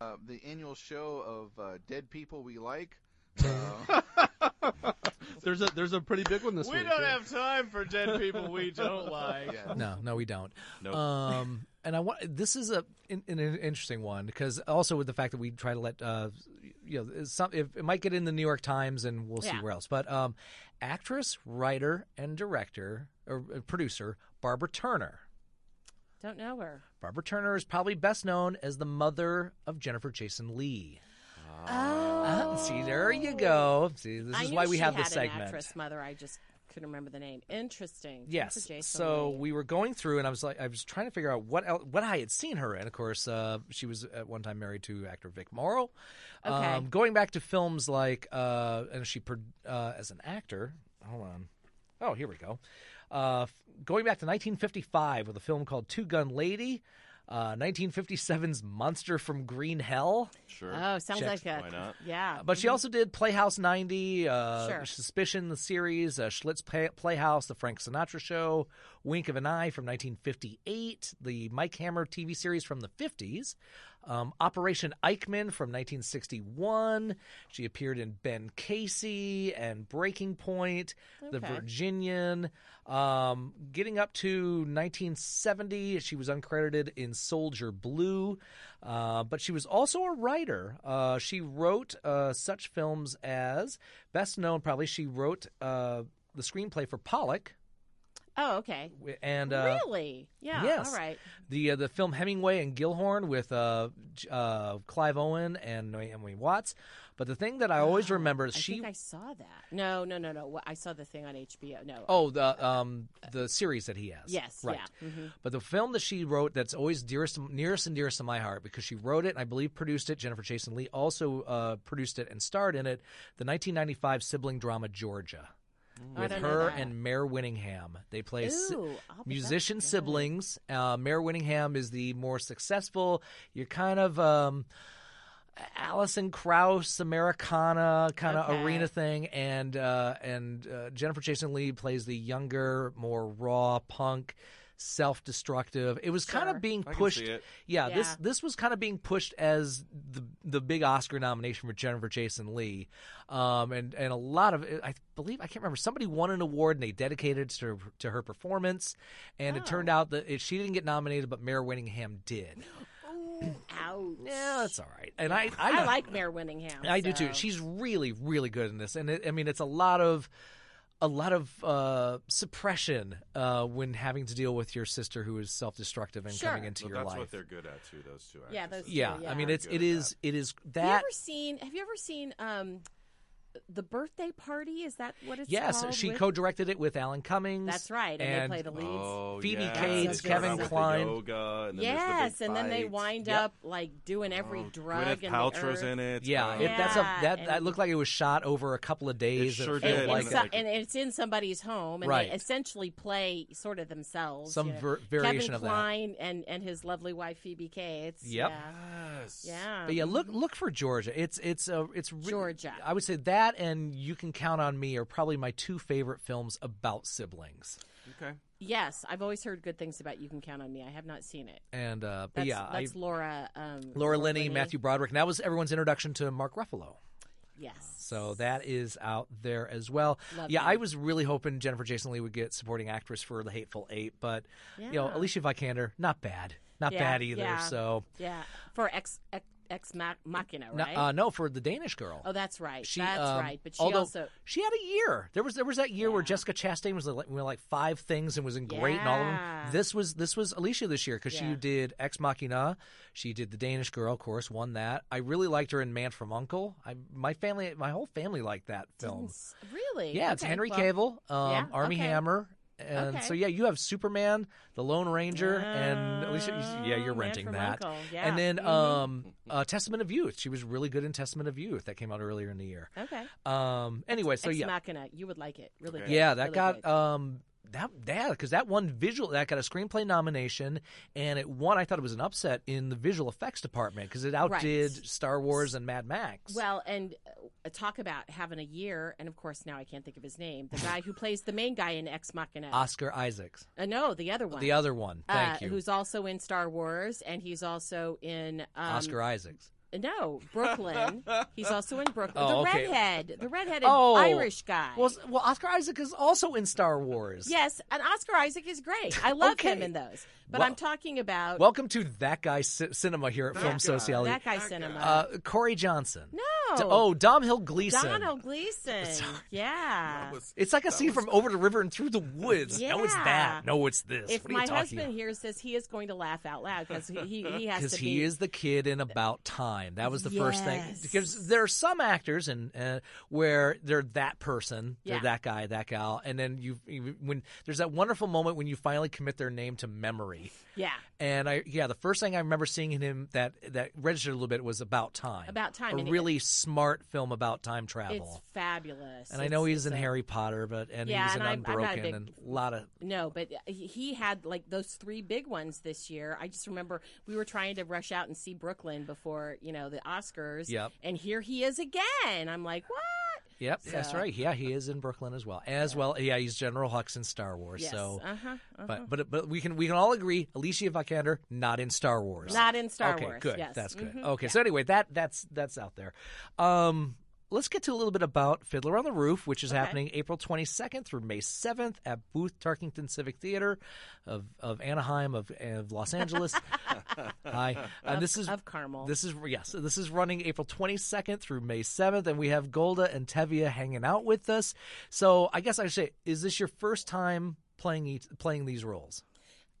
[SPEAKER 9] uh, the annual show of uh, Dead People We Like. Uh,
[SPEAKER 10] There's a there's a pretty big one this
[SPEAKER 11] We
[SPEAKER 10] week.
[SPEAKER 11] don't
[SPEAKER 10] yeah.
[SPEAKER 11] have time for dead people we don't like.
[SPEAKER 9] yeah.
[SPEAKER 4] No, no, we don't.
[SPEAKER 5] Nope.
[SPEAKER 4] Um, and I want this is a an, an interesting one because also with the fact that we try to let uh, you know some if, it might get in the New York Times and we'll see
[SPEAKER 7] Yeah.
[SPEAKER 4] where else. But um, actress, writer, and director or uh, producer Barbara Turner.
[SPEAKER 7] Don't know her.
[SPEAKER 4] Barbara Turner is probably best known as the mother of Jennifer Jason Lee. Uh, see, there you go. See, this
[SPEAKER 7] Oh. I
[SPEAKER 4] is
[SPEAKER 7] knew
[SPEAKER 4] why we
[SPEAKER 7] she
[SPEAKER 4] have
[SPEAKER 7] had
[SPEAKER 4] this
[SPEAKER 7] An
[SPEAKER 4] segment.
[SPEAKER 7] actress mother, I just couldn't remember the name. Interesting. Good
[SPEAKER 4] Yes.
[SPEAKER 7] for Jason
[SPEAKER 4] So
[SPEAKER 7] Lee.
[SPEAKER 4] we were going through, and I was like, I was trying to figure out what el what I had seen her in. Of course, uh, she was at one time married to actor Vic Morrow.
[SPEAKER 7] Okay.
[SPEAKER 4] Um, going back to films like, uh, and she pro- uh, as an actor. Hold on. Oh, here we go. Uh, f- going back to 1955 with a film called Two Gun Lady. Uh, 1957's Monster from Green Hell,
[SPEAKER 5] Sure.
[SPEAKER 7] Oh, sounds
[SPEAKER 4] Checked.
[SPEAKER 7] like a
[SPEAKER 5] Why not?
[SPEAKER 7] yeah.
[SPEAKER 4] but she also did Playhouse 90, uh,
[SPEAKER 7] Sure.
[SPEAKER 4] Suspicion, the series, uh, Schlitz Play- Playhouse, The Frank Sinatra Show, Wink of an Eye from 1958, the Mike Hammer TV series from the 50s, um, Operation Eichmann from 1961. She appeared in Ben Casey and Breaking Point, The
[SPEAKER 7] Okay.
[SPEAKER 4] Virginian. Um, getting up to 1970, she was uncredited in Soldier Blue, uh, but she was also a writer. Uh, she wrote uh, such films as, best known probably, she wrote uh, the screenplay for Pollock
[SPEAKER 7] Oh, okay.
[SPEAKER 4] wi- and uh,
[SPEAKER 7] really? Yeah.
[SPEAKER 4] yes.
[SPEAKER 7] All right.
[SPEAKER 4] the uh, the film Hemingway and Gilhorn with uh, J- uh, Clive Owen and Naomi Watts. But the thing that I always remember is
[SPEAKER 7] I
[SPEAKER 4] she.
[SPEAKER 7] think I saw that. No, no, no, no. Wha- I saw the thing on HBO. No.
[SPEAKER 4] Oh, the um the series that he has.
[SPEAKER 7] Yes,
[SPEAKER 4] right.
[SPEAKER 7] yeah, mhm.
[SPEAKER 4] But the film that she wrote that's always dearest, nearest and dearest to my heart because she wrote it and I believe produced it. Jennifer Jason Lee also uh, produced it and starred in it. The 1995 sibling drama Georgia.
[SPEAKER 7] Oh, I
[SPEAKER 4] with
[SPEAKER 7] don't know
[SPEAKER 4] her
[SPEAKER 7] that.
[SPEAKER 4] and Mayor Winningham. They play si-
[SPEAKER 7] Ooh, I'll be-
[SPEAKER 4] musician siblings. Uh, Mayor Winningham is the more successful. You're kind of um, Alison Krauss Americana kind of
[SPEAKER 12] Okay.
[SPEAKER 4] arena thing, and uh, and uh, Jennifer Jason Lee plays the younger, more raw punk. Self-destructive. It was kind
[SPEAKER 12] Sure.
[SPEAKER 4] of being
[SPEAKER 12] I can see
[SPEAKER 4] pushed.
[SPEAKER 12] it.
[SPEAKER 4] Yeah,
[SPEAKER 12] Yeah.
[SPEAKER 4] this this was kind of being pushed as the the big Oscar nomination for Jennifer Jason Lee, um, and and a lot of I believe I can't remember somebody won an award and they dedicated it to to her performance, and it
[SPEAKER 7] Oh.
[SPEAKER 4] turned out that it, she didn't get nominated, but Mayor Winningham did.
[SPEAKER 7] Ouch.
[SPEAKER 4] Yeah, that's all right. And I
[SPEAKER 7] I,
[SPEAKER 4] I,
[SPEAKER 7] like Mayor Winningham.
[SPEAKER 4] I do
[SPEAKER 7] so-
[SPEAKER 4] too. She's really really good in this, and it, I mean it's a lot of. A lot of uh, suppression uh, when having to deal with your sister who is self-destructive and coming into
[SPEAKER 5] Well,
[SPEAKER 4] your
[SPEAKER 5] that's
[SPEAKER 4] life.
[SPEAKER 5] what they're good at too. Those two.
[SPEAKER 7] Yeah,
[SPEAKER 5] actresses.
[SPEAKER 7] those
[SPEAKER 4] yeah, I mean it's it is it is that.
[SPEAKER 7] Have you ever seen? Have you ever seen um, the birthday party? Is that what it's
[SPEAKER 4] yes,
[SPEAKER 7] called?
[SPEAKER 4] she
[SPEAKER 7] with-
[SPEAKER 4] co-directed it with Alan Cummings.
[SPEAKER 7] That's right, and they play the leads. Oh,
[SPEAKER 4] Phoebe
[SPEAKER 5] yeah. They
[SPEAKER 4] Cates,
[SPEAKER 5] start out
[SPEAKER 4] Kevin
[SPEAKER 5] with the
[SPEAKER 4] Klein.
[SPEAKER 5] yoga, and then there's the
[SPEAKER 7] yes,
[SPEAKER 5] big
[SPEAKER 7] and then they
[SPEAKER 5] fight.
[SPEAKER 7] wind
[SPEAKER 5] Yep.
[SPEAKER 7] up like doing every drug.
[SPEAKER 5] Gwyneth
[SPEAKER 7] and
[SPEAKER 5] Paltrow's
[SPEAKER 7] the earth.
[SPEAKER 5] in it.
[SPEAKER 4] Oh. yeah,
[SPEAKER 5] um,
[SPEAKER 4] it, that's a
[SPEAKER 7] Yeah,
[SPEAKER 4] that, that
[SPEAKER 7] and-
[SPEAKER 4] looked like it was shot over a couple of days.
[SPEAKER 5] sure
[SPEAKER 4] felt
[SPEAKER 5] did.
[SPEAKER 4] like
[SPEAKER 7] And,
[SPEAKER 4] a-
[SPEAKER 7] so- and it's in somebody's home, and
[SPEAKER 4] Right.
[SPEAKER 7] they essentially play sort of themselves.
[SPEAKER 4] Some
[SPEAKER 7] you know.
[SPEAKER 4] ver- variation
[SPEAKER 7] Kevin
[SPEAKER 4] of that.
[SPEAKER 7] Klein and and his lovely wife Phoebe Cates.
[SPEAKER 4] Yep.
[SPEAKER 7] Yeah. yeah.
[SPEAKER 4] But yeah, look look for Georgia. It's it's a it's re-
[SPEAKER 7] um, Georgia.
[SPEAKER 4] I would say that and You Can Count on Me are probably my two favorite films about siblings.
[SPEAKER 5] Okay.
[SPEAKER 7] Yes, I've always heard good things about You Can Count on Me. I have not seen it.
[SPEAKER 4] And uh, but
[SPEAKER 7] That's,
[SPEAKER 4] yeah,
[SPEAKER 7] that's
[SPEAKER 4] I,
[SPEAKER 7] Laura. Um,
[SPEAKER 4] Laura Linney, Matthew Broderick, and that was everyone's introduction to Mark Ruffalo.
[SPEAKER 7] Yes.
[SPEAKER 4] So that is out there as well.
[SPEAKER 7] Love
[SPEAKER 4] yeah,
[SPEAKER 7] that.
[SPEAKER 4] I was really hoping Jennifer Jason Lee would get supporting actress for The Hateful Eight, but you know,
[SPEAKER 7] Yeah.
[SPEAKER 4] Alicia Vikander, not bad, not
[SPEAKER 7] Yeah,
[SPEAKER 4] bad either.
[SPEAKER 7] yeah,
[SPEAKER 4] So,
[SPEAKER 7] yeah, for ex ex, ex Mach- machina,
[SPEAKER 4] No,
[SPEAKER 7] right?
[SPEAKER 4] uh, no, for the Danish girl.
[SPEAKER 7] oh, that's right.
[SPEAKER 4] She,
[SPEAKER 7] that's
[SPEAKER 4] um,
[SPEAKER 7] right. But she
[SPEAKER 4] although
[SPEAKER 7] also
[SPEAKER 4] she had a year. There was there was that year where Jessica Chastain was like, we like five things and was in great and all of
[SPEAKER 12] Yeah.
[SPEAKER 4] them. This was this was Alicia this year because
[SPEAKER 12] Yeah.
[SPEAKER 4] she did Ex Machina, she did The Danish Girl, of course, won that. I really liked her in Man from Uncle. I my family, my whole family liked that film.
[SPEAKER 7] really
[SPEAKER 4] Yeah, it's
[SPEAKER 7] Okay,
[SPEAKER 4] Henry
[SPEAKER 7] well-
[SPEAKER 4] Cavill, um,
[SPEAKER 7] Yeah,
[SPEAKER 4] Army
[SPEAKER 7] okay.
[SPEAKER 4] Hammer, and so
[SPEAKER 7] Okay.
[SPEAKER 4] yeah, you have Superman, the Lone Ranger, and Alicia. Yeah, you're
[SPEAKER 7] Man
[SPEAKER 4] renting
[SPEAKER 7] from
[SPEAKER 4] that,
[SPEAKER 7] Uncle, Um, yeah,
[SPEAKER 4] and then
[SPEAKER 7] mhm.
[SPEAKER 4] um, uh, Testament of Youth. She was really good in Testament of Youth that came out earlier in the year.
[SPEAKER 7] Okay.
[SPEAKER 4] Um. uh, Anyway, so
[SPEAKER 7] ex
[SPEAKER 4] yeah,
[SPEAKER 7] machina. You would like it, really. Good.
[SPEAKER 4] yeah, that
[SPEAKER 7] really
[SPEAKER 4] got
[SPEAKER 7] good.
[SPEAKER 4] um that that because that one visual that got a screenplay nomination and it won. I thought it was an upset in the visual effects department because it outdid Star Wars and Mad Max.
[SPEAKER 7] Well, and uh, talk about having a year, and of course now I can't think of his name. The guy who plays the main guy in Ex Machina,
[SPEAKER 4] Oscar Isaacs,
[SPEAKER 7] Uh, no, the other one.
[SPEAKER 4] the other one.
[SPEAKER 7] uh,
[SPEAKER 4] Thank you,
[SPEAKER 7] Who's also in Star Wars, and he's also in um,
[SPEAKER 4] Oscar Isaacs.
[SPEAKER 7] No, Brooklyn. he's also in Brooklyn.
[SPEAKER 4] Oh,
[SPEAKER 7] the
[SPEAKER 4] okay.
[SPEAKER 7] redhead, the redheaded
[SPEAKER 4] Oh.
[SPEAKER 7] Irish guy.
[SPEAKER 4] Well, s- well, Oscar Isaac is also in Star Wars.
[SPEAKER 7] Yes, and Oscar Isaac is great. I love him
[SPEAKER 4] Okay.
[SPEAKER 7] in those. But
[SPEAKER 4] Well-
[SPEAKER 7] I'm talking about
[SPEAKER 4] Welcome to that guy ci- cinema here at
[SPEAKER 7] That
[SPEAKER 4] Film
[SPEAKER 7] guy.
[SPEAKER 4] Sociology.
[SPEAKER 7] That guy That cinema. guy.
[SPEAKER 4] Uh, Corey Johnson.
[SPEAKER 7] No.
[SPEAKER 4] D- oh, Dom Hill Gleason.
[SPEAKER 7] Donald Gleason. Yeah.
[SPEAKER 4] It's like a scene from Over the River and Through the Woods. No, it's
[SPEAKER 7] Yeah.
[SPEAKER 4] that. No, it's this.
[SPEAKER 7] If
[SPEAKER 4] what are
[SPEAKER 7] my
[SPEAKER 4] you talking
[SPEAKER 7] husband hears this, he is going to laugh out loud because he, he, he
[SPEAKER 4] about?
[SPEAKER 7] has to
[SPEAKER 4] he
[SPEAKER 7] be.
[SPEAKER 4] is the kid in About Time. That was the first thing.
[SPEAKER 7] Yes.
[SPEAKER 4] Because there are some actors and uh, where they're that person,
[SPEAKER 12] Yeah.
[SPEAKER 4] they're that guy, that gal, and then you, you when there's that wonderful moment when you finally commit their name to memory.
[SPEAKER 7] yeah.
[SPEAKER 4] And I yeah, the first thing I remember seeing in him that that registered a little bit was About Time.
[SPEAKER 7] About Time,
[SPEAKER 4] A
[SPEAKER 7] and he-
[SPEAKER 4] really smart film about time travel.
[SPEAKER 7] It's fabulous.
[SPEAKER 4] and I
[SPEAKER 7] It's-
[SPEAKER 4] know he's
[SPEAKER 7] it's
[SPEAKER 4] in
[SPEAKER 7] a-
[SPEAKER 4] Harry Potter, but and
[SPEAKER 7] Yeah,
[SPEAKER 4] he's
[SPEAKER 7] and
[SPEAKER 4] in
[SPEAKER 7] I'm- I'm
[SPEAKER 4] Unbroken
[SPEAKER 7] not a big-
[SPEAKER 4] and a lot of
[SPEAKER 7] No, but uh, he- he had like those three big ones this year. I just remember we were trying to rush out and see Brooklyn before you know the Oscars.
[SPEAKER 4] Yep.
[SPEAKER 7] And here he is again. I'm like, what?
[SPEAKER 4] Yep, that's
[SPEAKER 7] So-
[SPEAKER 4] right. Yeah, he is in Brooklyn as well. As well, yeah, he's General Hux in Star Wars.
[SPEAKER 7] Yes.
[SPEAKER 4] So,
[SPEAKER 7] Uh-huh, uh-huh.
[SPEAKER 4] but but but we can we can all agree, Alicia Vikander not in Star Wars.
[SPEAKER 7] Not in Star
[SPEAKER 4] okay,
[SPEAKER 7] Wars,
[SPEAKER 4] Good,
[SPEAKER 7] yes.
[SPEAKER 4] that's good.
[SPEAKER 7] Mhm,
[SPEAKER 4] Okay, so anyway, that that's that's out there. Um, let's get to a little bit about Fiddler on the Roof, which is
[SPEAKER 12] Okay.
[SPEAKER 4] happening April 22nd through May 7th at Booth Tarkington Civic Theater of of Anaheim of, of Los Angeles. Hi, and
[SPEAKER 7] Of-
[SPEAKER 4] this is
[SPEAKER 7] of Carmel.
[SPEAKER 4] This is yes, this is running April 22nd through May 7th, and we have Golda and Tevia hanging out with us. So I guess I should say, is this your first time playing each, playing these roles?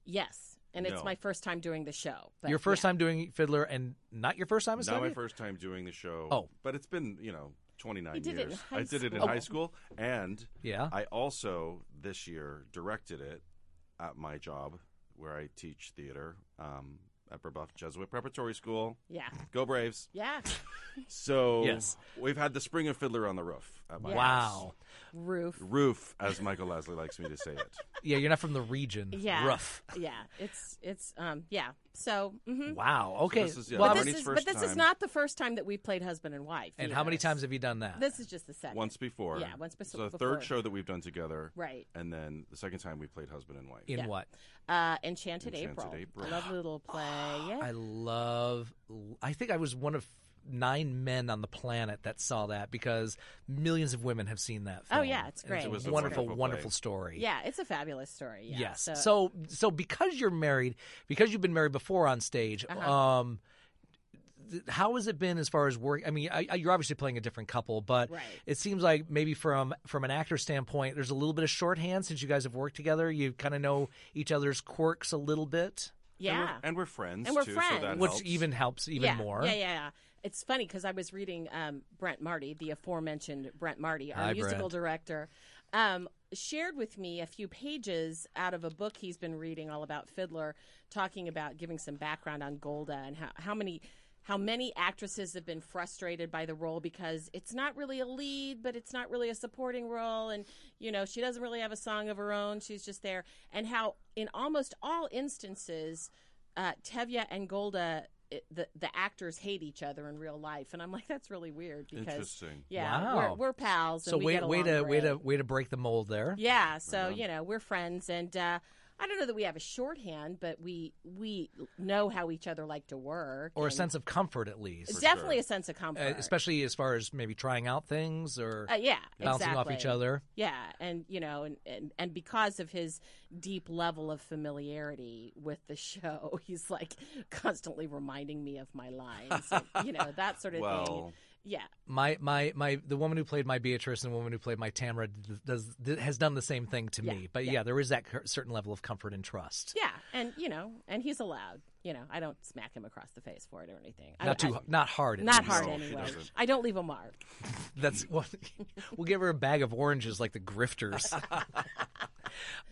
[SPEAKER 7] Yes. And it's
[SPEAKER 4] No.
[SPEAKER 7] my first time doing the show. But
[SPEAKER 4] your first
[SPEAKER 7] yeah.
[SPEAKER 4] time doing Fiddler, and not your first time as
[SPEAKER 5] Not my
[SPEAKER 4] Tevye?
[SPEAKER 5] first time doing the show.
[SPEAKER 4] Oh.
[SPEAKER 5] but it's been you know 29
[SPEAKER 4] He did it in
[SPEAKER 5] years.
[SPEAKER 4] high
[SPEAKER 5] I did it in
[SPEAKER 4] school.
[SPEAKER 5] high school, and
[SPEAKER 4] Yeah.
[SPEAKER 5] I also this year directed it at my job where I teach theater um, Upper Bluff Jesuit Preparatory School.
[SPEAKER 7] Yeah.
[SPEAKER 5] Go Braves.
[SPEAKER 7] Yeah.
[SPEAKER 5] So
[SPEAKER 4] Yes.
[SPEAKER 5] we've had the spring of Fiddler on the roof. At my
[SPEAKER 7] Yes.
[SPEAKER 4] Wow.
[SPEAKER 7] Roof.
[SPEAKER 5] Roof, as Michael Lasley likes me to say it.
[SPEAKER 4] Yeah, you're not from the region.
[SPEAKER 7] Yeah.
[SPEAKER 4] Rough.
[SPEAKER 7] Yeah. It's it's um yeah. So mhm.
[SPEAKER 4] Wow.
[SPEAKER 5] So
[SPEAKER 4] Okay.
[SPEAKER 5] this is, yeah,
[SPEAKER 4] Well,
[SPEAKER 7] But
[SPEAKER 5] Barney's
[SPEAKER 7] this, is,
[SPEAKER 5] first
[SPEAKER 7] but this is
[SPEAKER 5] time.
[SPEAKER 7] not the first time that we played husband and wife.
[SPEAKER 4] And how
[SPEAKER 7] either.
[SPEAKER 4] many times have you done that?
[SPEAKER 7] This is just the second.
[SPEAKER 5] Once before.
[SPEAKER 7] Yeah, once bes-
[SPEAKER 5] So the
[SPEAKER 7] before.
[SPEAKER 5] third show that we've done together.
[SPEAKER 7] Right.
[SPEAKER 5] And then the second time we played husband and wife.
[SPEAKER 4] In
[SPEAKER 7] Yeah.
[SPEAKER 4] what?
[SPEAKER 7] Uh, Enchanted,
[SPEAKER 5] Enchanted
[SPEAKER 7] April.
[SPEAKER 5] April.
[SPEAKER 7] Lovely little play. Yeah.
[SPEAKER 4] I love. I think I was one of nine men on the planet that saw that because millions of women have seen that.
[SPEAKER 7] Oh,
[SPEAKER 4] Film.
[SPEAKER 7] yeah, it's
[SPEAKER 4] And
[SPEAKER 7] great. It was
[SPEAKER 4] a
[SPEAKER 7] a
[SPEAKER 4] wonderful,
[SPEAKER 5] wonderful
[SPEAKER 4] wonderful
[SPEAKER 5] play.
[SPEAKER 4] story.
[SPEAKER 7] yeah. It's a fabulous story. Yeah.
[SPEAKER 4] Yes.
[SPEAKER 7] So,
[SPEAKER 4] So so because you're married, because you've been married before on stage,
[SPEAKER 7] Uh-huh.
[SPEAKER 4] um, th- how has it been as far as work? I mean, I, I- you're obviously playing a different couple, but
[SPEAKER 7] Right.
[SPEAKER 4] it seems like maybe from from an actor standpoint, there's a little bit of shorthand since you guys have worked together. You kind of know each other's quirks a little bit,
[SPEAKER 7] yeah.
[SPEAKER 5] And we're friends.
[SPEAKER 7] And we're
[SPEAKER 5] too, So that
[SPEAKER 7] friends.
[SPEAKER 4] which
[SPEAKER 5] helps.
[SPEAKER 4] even helps even
[SPEAKER 7] yeah,
[SPEAKER 4] more.
[SPEAKER 7] Yeah, yeah, yeah. It's funny because I was reading um, Brent Marty, the aforementioned Brent Marty, our
[SPEAKER 4] Hi,
[SPEAKER 7] musical
[SPEAKER 4] Brent.
[SPEAKER 7] director, um, shared with me a few pages out of a book he's been reading all about Fiddler, talking about giving some background on Golda and how, how many. How many actresses have been frustrated by the role because it's not really a lead, but it's not really a supporting role. And, you know, she doesn't really have a song of her own. She's just there. And how, in almost all instances, uh, Tevya and Golda, it, the the actors hate each other in real life, and I'm like, that's really weird because
[SPEAKER 5] Interesting.
[SPEAKER 7] yeah,
[SPEAKER 4] Wow.
[SPEAKER 7] we're, we're pals. And
[SPEAKER 4] So
[SPEAKER 7] we
[SPEAKER 4] way
[SPEAKER 7] get
[SPEAKER 4] way
[SPEAKER 7] along
[SPEAKER 4] to way
[SPEAKER 7] great.
[SPEAKER 4] to way to break the mold there.
[SPEAKER 7] yeah.
[SPEAKER 4] Uh-huh.
[SPEAKER 7] So you know, we're friends, and uh, I don't know that we have a shorthand, but we we know how each other like to work,
[SPEAKER 4] Or a
[SPEAKER 7] and
[SPEAKER 4] sense of comfort at least.
[SPEAKER 7] definitely a sense of
[SPEAKER 4] Uh,
[SPEAKER 7] comfort,
[SPEAKER 4] especially as far as maybe trying out things or
[SPEAKER 7] Uh, yeah,
[SPEAKER 4] bouncing
[SPEAKER 7] exactly.
[SPEAKER 4] off each other.
[SPEAKER 7] Yeah, and you know, and, and and because of his deep level of familiarity with the show, he's like constantly reminding me of my lines, and, you know, that sort of thing.
[SPEAKER 5] Well.
[SPEAKER 7] Yeah,
[SPEAKER 4] my my my the woman who played my Beatrice and the woman who played my Tamara d- does d- has done the same thing to
[SPEAKER 7] Yeah,
[SPEAKER 4] me. But yeah. there is that cur- certain level of comfort and trust.
[SPEAKER 7] yeah, and you know, and he's allowed. You know, I don't smack him across the face for it or anything. I-
[SPEAKER 4] Not too
[SPEAKER 7] I-
[SPEAKER 4] not hard. at
[SPEAKER 7] not
[SPEAKER 4] least.
[SPEAKER 7] hard
[SPEAKER 5] No, he
[SPEAKER 7] anyway.
[SPEAKER 5] doesn't.
[SPEAKER 7] I don't leave a mark.
[SPEAKER 4] That's well, we'll give her a bag of oranges like the grifters.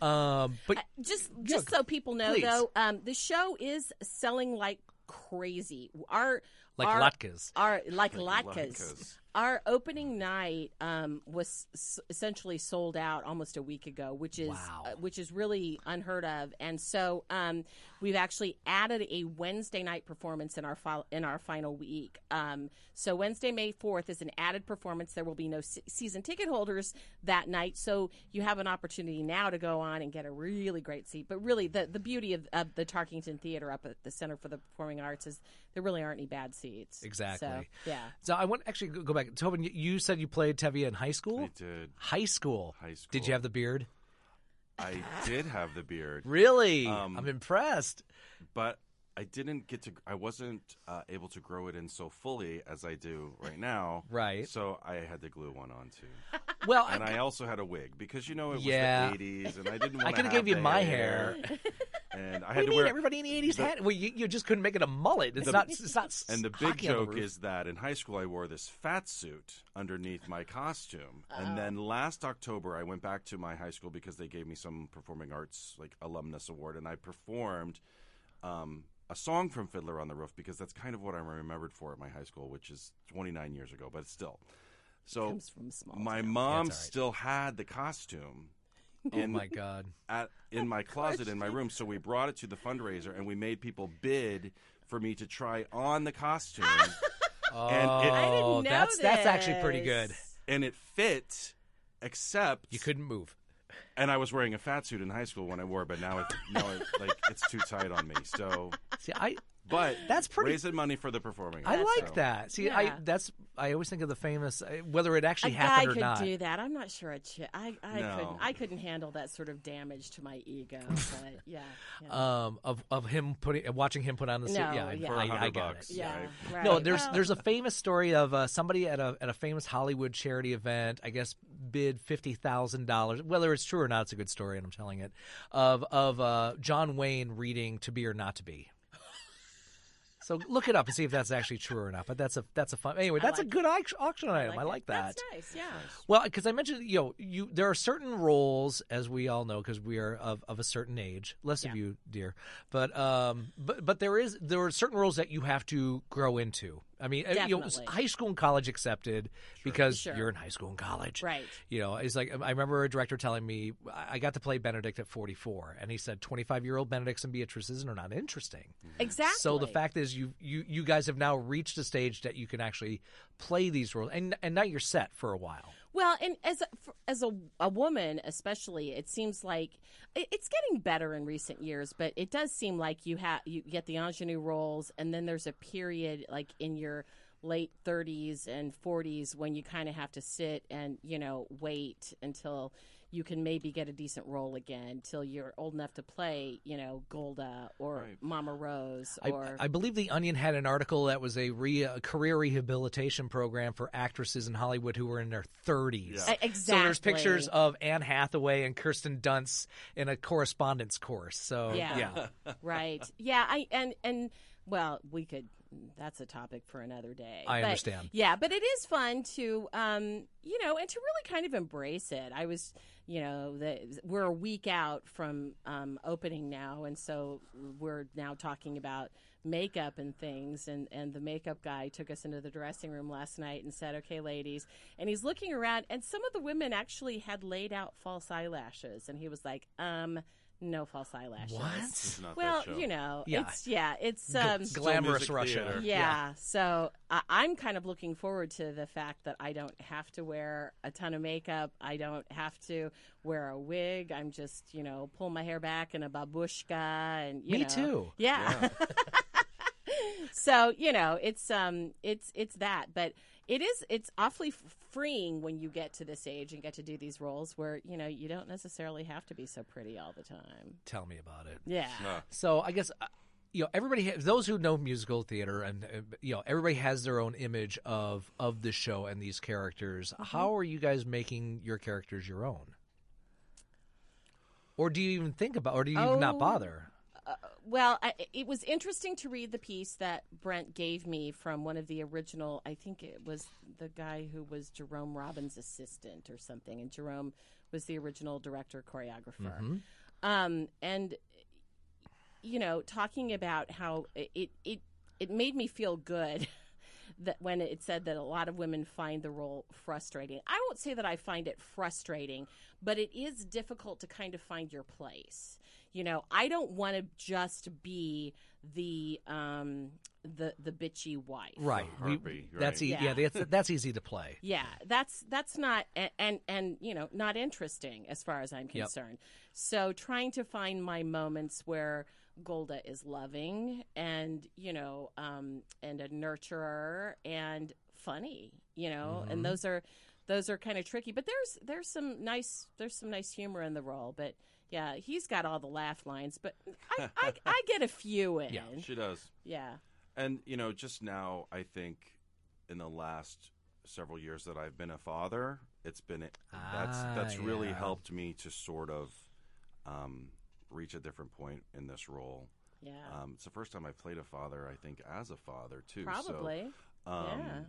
[SPEAKER 4] um, but
[SPEAKER 7] Just just so people know,
[SPEAKER 4] please.
[SPEAKER 7] though, um, the show is selling like crazy. Our
[SPEAKER 4] like
[SPEAKER 7] our,
[SPEAKER 4] latkes.
[SPEAKER 7] Our like
[SPEAKER 5] Like
[SPEAKER 7] latkes.
[SPEAKER 5] latkes.
[SPEAKER 7] Our opening night um, was s- essentially sold out almost a week ago, which is
[SPEAKER 4] Wow.
[SPEAKER 7] uh, which is really unheard of. And so um, we've actually added a Wednesday night performance in our fol- in our final week. Um, so Wednesday, May fourth, is an added performance. There will be no se- season ticket holders that night, so you have an opportunity now to go on and get a really great seat. But really, the the beauty of, of the Tarkington Theater up at the Center for the Performing Arts is there really aren't any bad seats.
[SPEAKER 4] Exactly.
[SPEAKER 7] So, yeah.
[SPEAKER 4] So I want actually go go back. Tobin, you- you said you played Tevye in high school.
[SPEAKER 5] I did.
[SPEAKER 4] High school.
[SPEAKER 5] High
[SPEAKER 4] Did
[SPEAKER 5] school.
[SPEAKER 4] you have the beard?
[SPEAKER 5] I did have the beard.
[SPEAKER 4] Really?
[SPEAKER 5] Um,
[SPEAKER 4] I'm impressed.
[SPEAKER 5] but I didn't get to. I wasn't uh, able to grow it in so fully as I do right now.
[SPEAKER 4] Right.
[SPEAKER 5] So I had to glue one on too,
[SPEAKER 4] Well,
[SPEAKER 5] and
[SPEAKER 4] I,
[SPEAKER 5] I also had a wig because you know it was
[SPEAKER 4] Yeah.
[SPEAKER 5] the '80s, and I didn't.
[SPEAKER 4] I
[SPEAKER 5] want
[SPEAKER 4] could
[SPEAKER 5] to
[SPEAKER 4] have gave you my hair.
[SPEAKER 5] and I
[SPEAKER 4] What
[SPEAKER 5] had
[SPEAKER 4] do
[SPEAKER 5] to
[SPEAKER 4] you mean?
[SPEAKER 5] wear.
[SPEAKER 4] Everybody in the '80s had. Well, you, you just couldn't make it a mullet. It's
[SPEAKER 5] The-
[SPEAKER 4] not. It's not. s-
[SPEAKER 5] And the big
[SPEAKER 4] hockey on the
[SPEAKER 5] joke
[SPEAKER 4] roof.
[SPEAKER 5] is that in high school I wore this fat suit underneath my costume, and then
[SPEAKER 4] Oh.
[SPEAKER 5] last October I went back to my high school because they gave me some performing arts like alumnus award, and I performed um, a song from Fiddler on the Roof because that's kind of what I'm remembered for at my high school, which is 29 years ago, but still. So
[SPEAKER 7] comes from a small
[SPEAKER 5] my
[SPEAKER 7] town.
[SPEAKER 5] mom
[SPEAKER 4] That's all right.
[SPEAKER 5] still had the costume.
[SPEAKER 4] Oh
[SPEAKER 5] in
[SPEAKER 4] my god.
[SPEAKER 5] at, in my closet in my room. So we brought it to the fundraiser and we made people bid for me to try on the costume.
[SPEAKER 4] I
[SPEAKER 5] and, it,
[SPEAKER 4] didn't Oh, know that's- that's actually pretty good.
[SPEAKER 7] this.
[SPEAKER 5] and it fit, except
[SPEAKER 4] You couldn't move.
[SPEAKER 5] And I was wearing a fat suit in high school when I wore it, but now it, now it, like it's too tight on me. So,
[SPEAKER 4] See, I
[SPEAKER 5] but
[SPEAKER 4] That's pretty-
[SPEAKER 5] raising money for the performing.
[SPEAKER 4] I
[SPEAKER 5] arts,
[SPEAKER 4] like
[SPEAKER 5] so-
[SPEAKER 4] that. See, I
[SPEAKER 7] Yeah.
[SPEAKER 4] that's I always think of the famous I- whether it actually
[SPEAKER 7] a guy
[SPEAKER 4] happened or
[SPEAKER 7] could
[SPEAKER 4] not.
[SPEAKER 7] do that. I'm not sure a chick. I I
[SPEAKER 5] No.
[SPEAKER 7] couldn't. I couldn't handle that sort of damage to my ego. But yeah. yeah.
[SPEAKER 4] Um, of of him putting watching him put on the suit.
[SPEAKER 7] No,
[SPEAKER 4] yeah, I-
[SPEAKER 7] yeah.
[SPEAKER 5] For a
[SPEAKER 4] I, I
[SPEAKER 5] hundred
[SPEAKER 4] got
[SPEAKER 5] bucks.
[SPEAKER 4] it.
[SPEAKER 7] yeah.
[SPEAKER 5] I-
[SPEAKER 7] Right.
[SPEAKER 4] No, there's
[SPEAKER 7] Well,
[SPEAKER 4] there's a famous story of uh, somebody at a at a famous Hollywood charity event. I guess bid fifty thousand dollars. Whether it's true or not, it's a good story, and I'm telling it. Of of uh, John Wayne reading "To Be or Not to Be." So look it up and see if that's actually true or not. But that's a that's a fun. Anyway,
[SPEAKER 7] I
[SPEAKER 4] that's a
[SPEAKER 7] like
[SPEAKER 4] good auct- auction item. I like, that.
[SPEAKER 7] That's nice. Yeah.
[SPEAKER 4] Well, because I mentioned, you know, you there are certain roles, as we all know, because we are of, of a certain age. Less of you, dear, but um, but but there is there are certain roles that you have to grow into. I mean, uh, you know,
[SPEAKER 12] Definitely.
[SPEAKER 4] high school and college accepted because
[SPEAKER 12] Sure.
[SPEAKER 4] you're in high school and college,
[SPEAKER 12] Right.
[SPEAKER 4] You know, it's like I remember a director telling me I I got to play Benedict at 44, and he said 25 year old Benedicts and Beatrices are not interesting.
[SPEAKER 7] Exactly.
[SPEAKER 4] So the fact is, you you you guys have now reached a stage that you can actually play these roles, and and now you're set for a while.
[SPEAKER 7] Well, and as a, for, as a, a woman, especially, it seems like it, it's getting better in recent years. But it does seem like you have you get the ingenue roles, and then there's a period like in your late 30s and 40s when you kind of have to sit and you know wait until you can maybe get a decent role again till you're old enough to play you know golda or mama rose
[SPEAKER 4] I,
[SPEAKER 7] or
[SPEAKER 4] I believe the Onion had an article that was a, re, a career rehabilitation program for actresses in Hollywood who were in their 30s.
[SPEAKER 7] Yeah. E-
[SPEAKER 4] So there's
[SPEAKER 7] exactly.
[SPEAKER 4] pictures of Anne Hathaway and Kirsten Dunst in a correspondence course. So
[SPEAKER 7] yeah, right yeah i and and well we could that's a topic for another day
[SPEAKER 4] I
[SPEAKER 7] But,
[SPEAKER 4] understand.
[SPEAKER 7] yeah but it is fun to um you know and to really kind of embrace it i was you know the, we're a week out from um opening now and so we're now talking about makeup and things and and the makeup guy took us into the dressing room last night and said okay ladies and he's looking around and some of the women actually had laid out false eyelashes and he was like um no false eyelashes
[SPEAKER 4] What?
[SPEAKER 5] It's not that
[SPEAKER 7] well
[SPEAKER 5] show.
[SPEAKER 7] you know
[SPEAKER 4] Yeah.
[SPEAKER 7] it's yeah it's
[SPEAKER 4] G-
[SPEAKER 7] um
[SPEAKER 4] glamorous
[SPEAKER 5] Still music
[SPEAKER 4] Russia.
[SPEAKER 5] theater.
[SPEAKER 7] yeah, so I, I'm kind of looking forward to the fact that I don't have to wear a ton of makeup. I don't have to wear a wig. I'm just, you know, pull my hair back in a babushka and you
[SPEAKER 4] Me
[SPEAKER 7] know.
[SPEAKER 4] too.
[SPEAKER 7] Yeah. so you know, it's um, it's it's that, but it is it's awfully f- freeing when you get to this age and get to do these roles where you know you don't necessarily have to be so pretty all the time.
[SPEAKER 4] Tell me about it.
[SPEAKER 7] Yeah. Huh.
[SPEAKER 4] So I guess uh, you know everybody. Has, those who know musical theater and uh, you know everybody has their own image of of the show and these characters.
[SPEAKER 5] Mm-hmm.
[SPEAKER 4] How are you guys making your characters your own? Or do you even think about? Or do you even
[SPEAKER 7] Oh.
[SPEAKER 4] not bother?
[SPEAKER 7] uh, well, I, it was interesting to read the piece that Brent gave me from one of the original. I think it was the guy who was Jerome Robbins' assistant or something, and Jerome was the original director
[SPEAKER 4] Mm-hmm.
[SPEAKER 7] choreographer.
[SPEAKER 12] Mhm.
[SPEAKER 7] Um, and you know, talking about how it it it made me feel good that when it said that a lot of women find the role frustrating. I won't say that I find it frustrating, but it is difficult to kind of find your place. You know, I don't want to just be the um the the bitchy wife.
[SPEAKER 4] Right. We-
[SPEAKER 5] harpy,
[SPEAKER 4] That's
[SPEAKER 5] right.
[SPEAKER 4] e- yeah.
[SPEAKER 7] Yeah.
[SPEAKER 4] that's that's easy to play.
[SPEAKER 7] Yeah, that's that's not a- and and you know not interesting as far as I'm
[SPEAKER 4] Yep.
[SPEAKER 7] concerned. So trying to find my moments where Golda is loving and you know um, and a nurturer and funny, you know,
[SPEAKER 12] Mhm.
[SPEAKER 7] and those are those are kind of tricky. But there's there's some nice there's some nice humor in the role, but. Yeah, he's got all the laugh lines, but I, I, I get a few in.
[SPEAKER 4] e
[SPEAKER 5] she does.
[SPEAKER 7] Yeah.
[SPEAKER 5] And you know, just now, I think in the last several years that I've been a father, it's been that's
[SPEAKER 4] Ah,
[SPEAKER 5] that's really
[SPEAKER 4] yeah.
[SPEAKER 5] helped me to sort of um, reach a different point in this role.
[SPEAKER 7] Yeah.
[SPEAKER 5] um, it's the first time I have played a father, I think, as a father too.
[SPEAKER 7] Probably.
[SPEAKER 5] So, um,
[SPEAKER 7] yeah.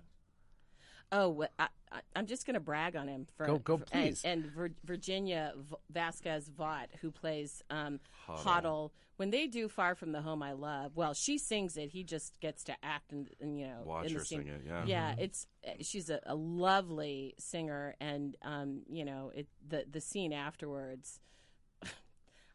[SPEAKER 7] Oh, wh- I, I, I'm just going to brag on him for
[SPEAKER 5] Go- go,
[SPEAKER 7] for-
[SPEAKER 5] please.
[SPEAKER 7] And, and Vir- Virginia v- Vasquez Vaught, who plays um,
[SPEAKER 12] Hoddle.
[SPEAKER 7] Hoddle. when they do "Far from the Home I Love," well, she sings it. He just gets to act and, and you know
[SPEAKER 5] Watch
[SPEAKER 7] in the
[SPEAKER 5] her
[SPEAKER 7] scene.
[SPEAKER 5] sing it, yeah.
[SPEAKER 7] yeah.
[SPEAKER 5] Mhm.
[SPEAKER 7] It's uh, she's a, a lovely singer, and um, you know it. The the scene afterwards.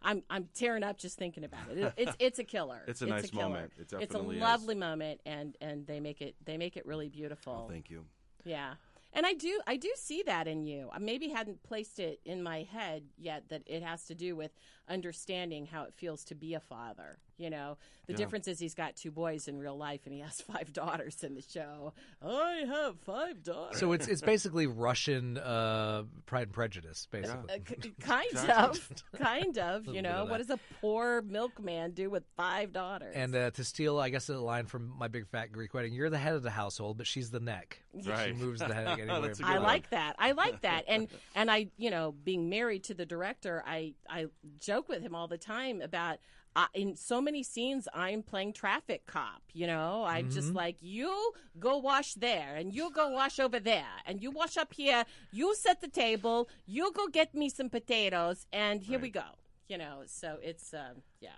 [SPEAKER 7] I'm I'm tearing up just thinking about it. It- It's it's a killer.
[SPEAKER 5] It's a nice
[SPEAKER 7] killer.
[SPEAKER 5] moment. It
[SPEAKER 7] it's a
[SPEAKER 5] definitely is.
[SPEAKER 7] lovely moment, and and they make it they make it really beautiful.
[SPEAKER 5] Thank you.
[SPEAKER 7] Yeah. And I do I do see that in you. I maybe hadn't placed it in my head yet that it has to do with understanding how it feels to be a father. You know, the
[SPEAKER 12] Yeah.
[SPEAKER 7] difference is he's got two boys in real life and he has five daughters in the show. I have five daughters.
[SPEAKER 4] So it's it's basically Russian uh, Pride and Prejudice,
[SPEAKER 7] Uh,
[SPEAKER 4] basically.
[SPEAKER 7] k- kind
[SPEAKER 4] Exactly.
[SPEAKER 7] of, kind of,
[SPEAKER 4] Little
[SPEAKER 7] you
[SPEAKER 4] bit
[SPEAKER 7] know.
[SPEAKER 4] of
[SPEAKER 7] What
[SPEAKER 4] that.
[SPEAKER 7] does a poor milkman do with five daughters?
[SPEAKER 4] And uh, to steal, I guess, a line from My Big Fat Greek Wedding, you're the head of the household, but she's the neck. She
[SPEAKER 5] Right.
[SPEAKER 4] moves the head anywhere.
[SPEAKER 5] That's a
[SPEAKER 7] I like that. I like that. And and I, you know, being married to the director, I I joke with him all the time about I, in so many scenes, I'm playing traffic cop. You know, I'm just
[SPEAKER 4] Mm-hmm.
[SPEAKER 12] Mhm.
[SPEAKER 7] like, you go wash there, and you go wash over there, and you wash up here. You set the table. You go get me some potatoes, and here we go. You know, so it's um, yeah.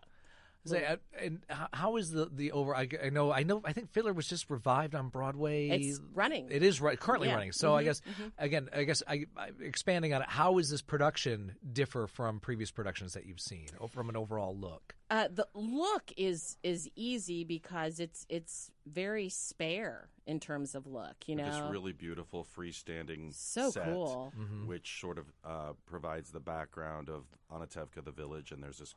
[SPEAKER 4] Say, uh, and h- how is the the over? I, I know, I know. I think Fiddler was just revived on Broadway.
[SPEAKER 7] It's running.
[SPEAKER 4] It is right, currently
[SPEAKER 7] Yeah.
[SPEAKER 4] running. So I
[SPEAKER 7] Mhm,
[SPEAKER 4] guess
[SPEAKER 7] mhm.
[SPEAKER 4] again, I guess I, I expanding on it. How is this production differ from previous productions that you've seen or from an overall look?
[SPEAKER 7] Uh, the look is is easy because it's it's very spare in terms of look. You know,
[SPEAKER 5] with this really beautiful freestanding
[SPEAKER 7] So
[SPEAKER 5] set,
[SPEAKER 7] cool.
[SPEAKER 4] Mm-hmm.
[SPEAKER 12] Mhm.
[SPEAKER 5] which sort of uh, provides the background of Anatevka, the village, and there's this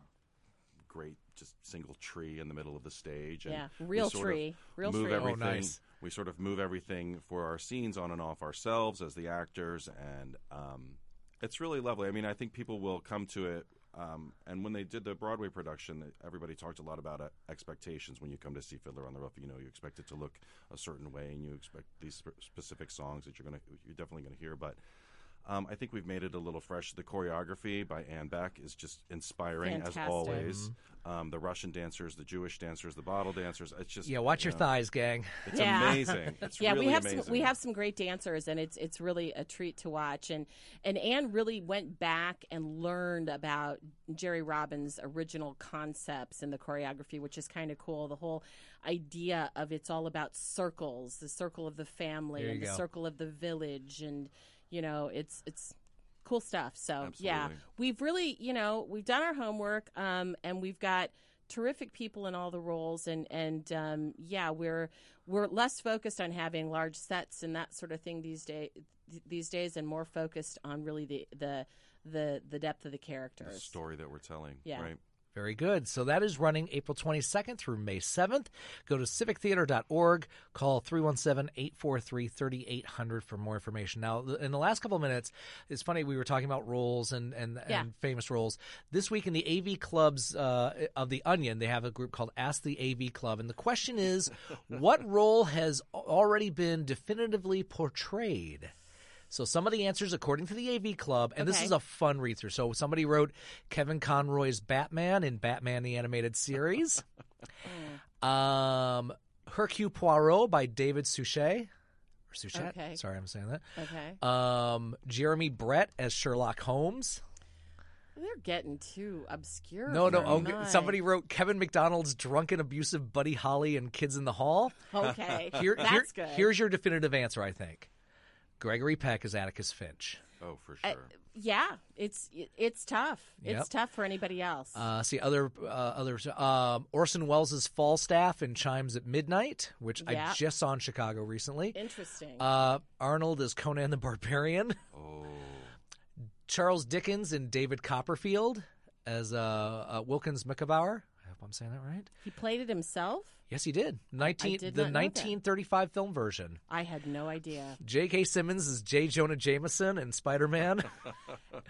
[SPEAKER 5] great just single tree in the middle of the stage. And
[SPEAKER 7] Yeah,
[SPEAKER 5] we
[SPEAKER 7] real
[SPEAKER 5] sort of
[SPEAKER 7] tree, real
[SPEAKER 5] move
[SPEAKER 7] tree. Oh,
[SPEAKER 5] everything-
[SPEAKER 4] nice.
[SPEAKER 5] We sort of move everything for our scenes on and off ourselves as the actors, and um, it's really lovely. I mean, I think people will come to it. Um, and when they did the Broadway production, everybody talked a lot about uh, expectations. When you come to see Fiddler on the Roof, you know you expect it to look a certain way, and you expect these sp- specific songs that you're gonna you're definitely gonna hear. But um, I think we've made it a little fresh. The choreography by Ann Beck is just inspiring
[SPEAKER 4] Fantastic.
[SPEAKER 5] as always.
[SPEAKER 4] Mm-hmm.
[SPEAKER 5] Um, the Russian dancers, the Jewish dancers, the bottle dancers. It's just
[SPEAKER 4] Yeah, watch
[SPEAKER 5] you
[SPEAKER 4] your
[SPEAKER 5] know,
[SPEAKER 4] thighs, gang.
[SPEAKER 5] It's amazing. It's
[SPEAKER 7] yeah,
[SPEAKER 5] really
[SPEAKER 7] we have
[SPEAKER 5] amazing.
[SPEAKER 7] some we have some great dancers, and it's it's really a treat to watch. And and Anne really went back and learned about Jerry Robbins' original concepts in the choreography, which is kind of cool. The whole idea of it's all about circles, the circle of the family,
[SPEAKER 12] There
[SPEAKER 7] and
[SPEAKER 12] you
[SPEAKER 7] the
[SPEAKER 12] go.
[SPEAKER 7] circle of the village, and you know, it's it's cool stuff. So yeah,
[SPEAKER 12] Absolutely.
[SPEAKER 7] we've really you know we've done our homework, um, and we've got terrific people in all the roles and and um, yeah we're we're less focused on having large sets and that sort of thing these day th- these days and more focused on really the the the, the depth of the
[SPEAKER 5] the
[SPEAKER 7] characters
[SPEAKER 5] story that we're telling.
[SPEAKER 7] Yeah.
[SPEAKER 5] Right.
[SPEAKER 4] Very good. So that is running April 22nd through May 7th. Go to civictheater.org, call 317 843 3800 for more information. Now, th- in the last couple of minutes, it's funny, we were talking about roles and, and,
[SPEAKER 12] Yeah.
[SPEAKER 4] and famous roles. This week in the AV clubs uh, of The Onion, they have a group called Ask the AV Club. And the question is what role has al- already been definitively portrayed? So some of the answers according to the AV Club, and this
[SPEAKER 12] Okay.
[SPEAKER 4] is a fun read through. So somebody wrote Kevin Conroy's Batman in Batman the Animated Series, um, Hercule Poirot by David Suchet, or Suchet.
[SPEAKER 7] Okay.
[SPEAKER 4] Sorry, I'm saying that.
[SPEAKER 7] okay
[SPEAKER 4] Um, Jeremy Brett as Sherlock Holmes.
[SPEAKER 7] they're getting too obscure
[SPEAKER 4] No, no.
[SPEAKER 7] for
[SPEAKER 4] Okay.
[SPEAKER 7] my-
[SPEAKER 4] Somebody wrote Kevin McDonald's drunken, abusive buddy Holly and Kids in the Hall.
[SPEAKER 7] Okay.
[SPEAKER 4] here,
[SPEAKER 7] That's
[SPEAKER 4] here-
[SPEAKER 7] good.
[SPEAKER 4] Here's your definitive answer, I think. Gregory Peck is Atticus Finch.
[SPEAKER 5] Oh, for
[SPEAKER 7] Uh, yeah it's it's tough
[SPEAKER 4] Yep.
[SPEAKER 7] it's tough for anybody else
[SPEAKER 4] Uh, see other uh, others. Um, Orson Welles' Falstaff and Chimes at Midnight, which
[SPEAKER 7] Yeah.
[SPEAKER 4] I just saw in Chicago recently.
[SPEAKER 7] Interesting.
[SPEAKER 4] Uh, Arnold is Conan the Barbarian.
[SPEAKER 5] Oh.
[SPEAKER 4] Charles Dickens and David Copperfield as uh, uh, Wilkins Micabauer. I hope I'm saying that right.
[SPEAKER 7] he played it himself
[SPEAKER 4] Yes, he did. Nineteen
[SPEAKER 7] did
[SPEAKER 4] the
[SPEAKER 7] not know that.
[SPEAKER 4] 1935 film version.
[SPEAKER 7] i had no idea
[SPEAKER 4] J.K. Simmons is J. Jonah Jameson and Spider Man.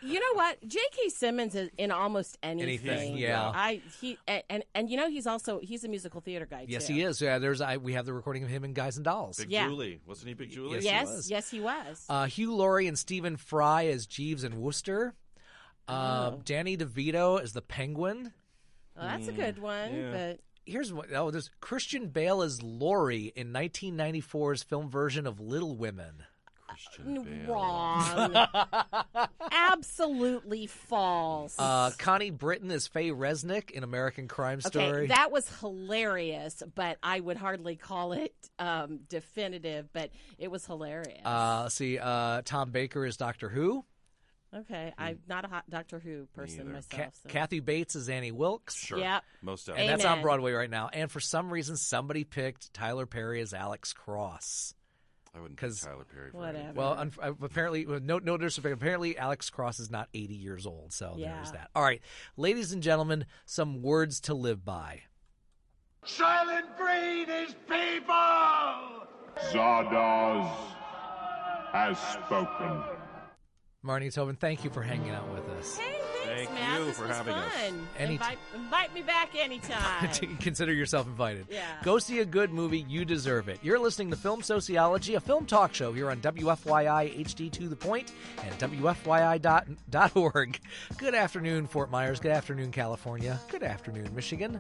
[SPEAKER 7] You know what? J.K. Simmons is in almost anything.
[SPEAKER 4] Anything, yeah.
[SPEAKER 7] I he and and, and you know he's also he's a musical theater guy.
[SPEAKER 4] yes,
[SPEAKER 7] too.
[SPEAKER 4] he is. Yeah, there's. I, we have the recording of him in Guys and Dolls.
[SPEAKER 5] Big
[SPEAKER 7] Yeah.
[SPEAKER 5] Julie. Wasn't he Big Julie?
[SPEAKER 4] Yes, he
[SPEAKER 7] Yes, yes,
[SPEAKER 4] was.
[SPEAKER 7] he was.
[SPEAKER 4] Uh, Hugh Laurie and Stephen Fry as Jeeves and Wooster. Uh,
[SPEAKER 7] Oh.
[SPEAKER 4] Danny DeVito as the Penguin.
[SPEAKER 7] Well, that's a good one, but
[SPEAKER 4] Here's what. Oh, there's Christian Bale as Laurie in 1994's film version of Little Women.
[SPEAKER 7] n- wrong. Absolutely false.
[SPEAKER 4] Uh, Connie Britton as Faye Resnick in American Crime
[SPEAKER 7] okay,
[SPEAKER 4] Story.
[SPEAKER 7] that was hilarious, but I would hardly call it um, definitive. But it was hilarious.
[SPEAKER 4] Uh, let's see, uh, Tom Baker is Doctor Who.
[SPEAKER 7] okay, I'm not a hot Doctor Who person myself.
[SPEAKER 4] hmm. Ca-
[SPEAKER 7] so.
[SPEAKER 4] Kathy Bates is Annie Wilkes.
[SPEAKER 7] Sure. Yep.
[SPEAKER 5] Most
[SPEAKER 4] And that's on
[SPEAKER 7] Amen.
[SPEAKER 4] Broadway right now. And for some reason, somebody picked Tyler Perry as Alex Cross.
[SPEAKER 5] I wouldn't
[SPEAKER 4] because
[SPEAKER 5] Tyler Perry.
[SPEAKER 7] for anything. Whatever.
[SPEAKER 4] Well, un- uh, apparently, well, no, no, there's apparently Alex Cross is not 80 years old, so
[SPEAKER 12] Yeah.
[SPEAKER 4] there's that. All right, ladies and gentlemen, some words to live by.
[SPEAKER 12] Silent breed is people! Zardoz
[SPEAKER 13] has spoken.
[SPEAKER 4] Marnie Tobin, thank you for hanging out with us.
[SPEAKER 7] Hey, thanks
[SPEAKER 5] Thank
[SPEAKER 7] Matt.
[SPEAKER 5] you
[SPEAKER 7] this
[SPEAKER 5] for
[SPEAKER 7] was
[SPEAKER 5] having us.
[SPEAKER 7] fun.
[SPEAKER 4] Any-
[SPEAKER 7] Invite, invite me back anytime.
[SPEAKER 4] Consider yourself invited.
[SPEAKER 7] Yeah.
[SPEAKER 4] Go see a good movie. You deserve it. You're listening to Film Sociology, a film talk show here on WFYI HD to the point and WFYI.org. Good afternoon, Fort Myers. Good afternoon, California. Good afternoon, Michigan.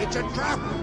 [SPEAKER 2] It's a trap!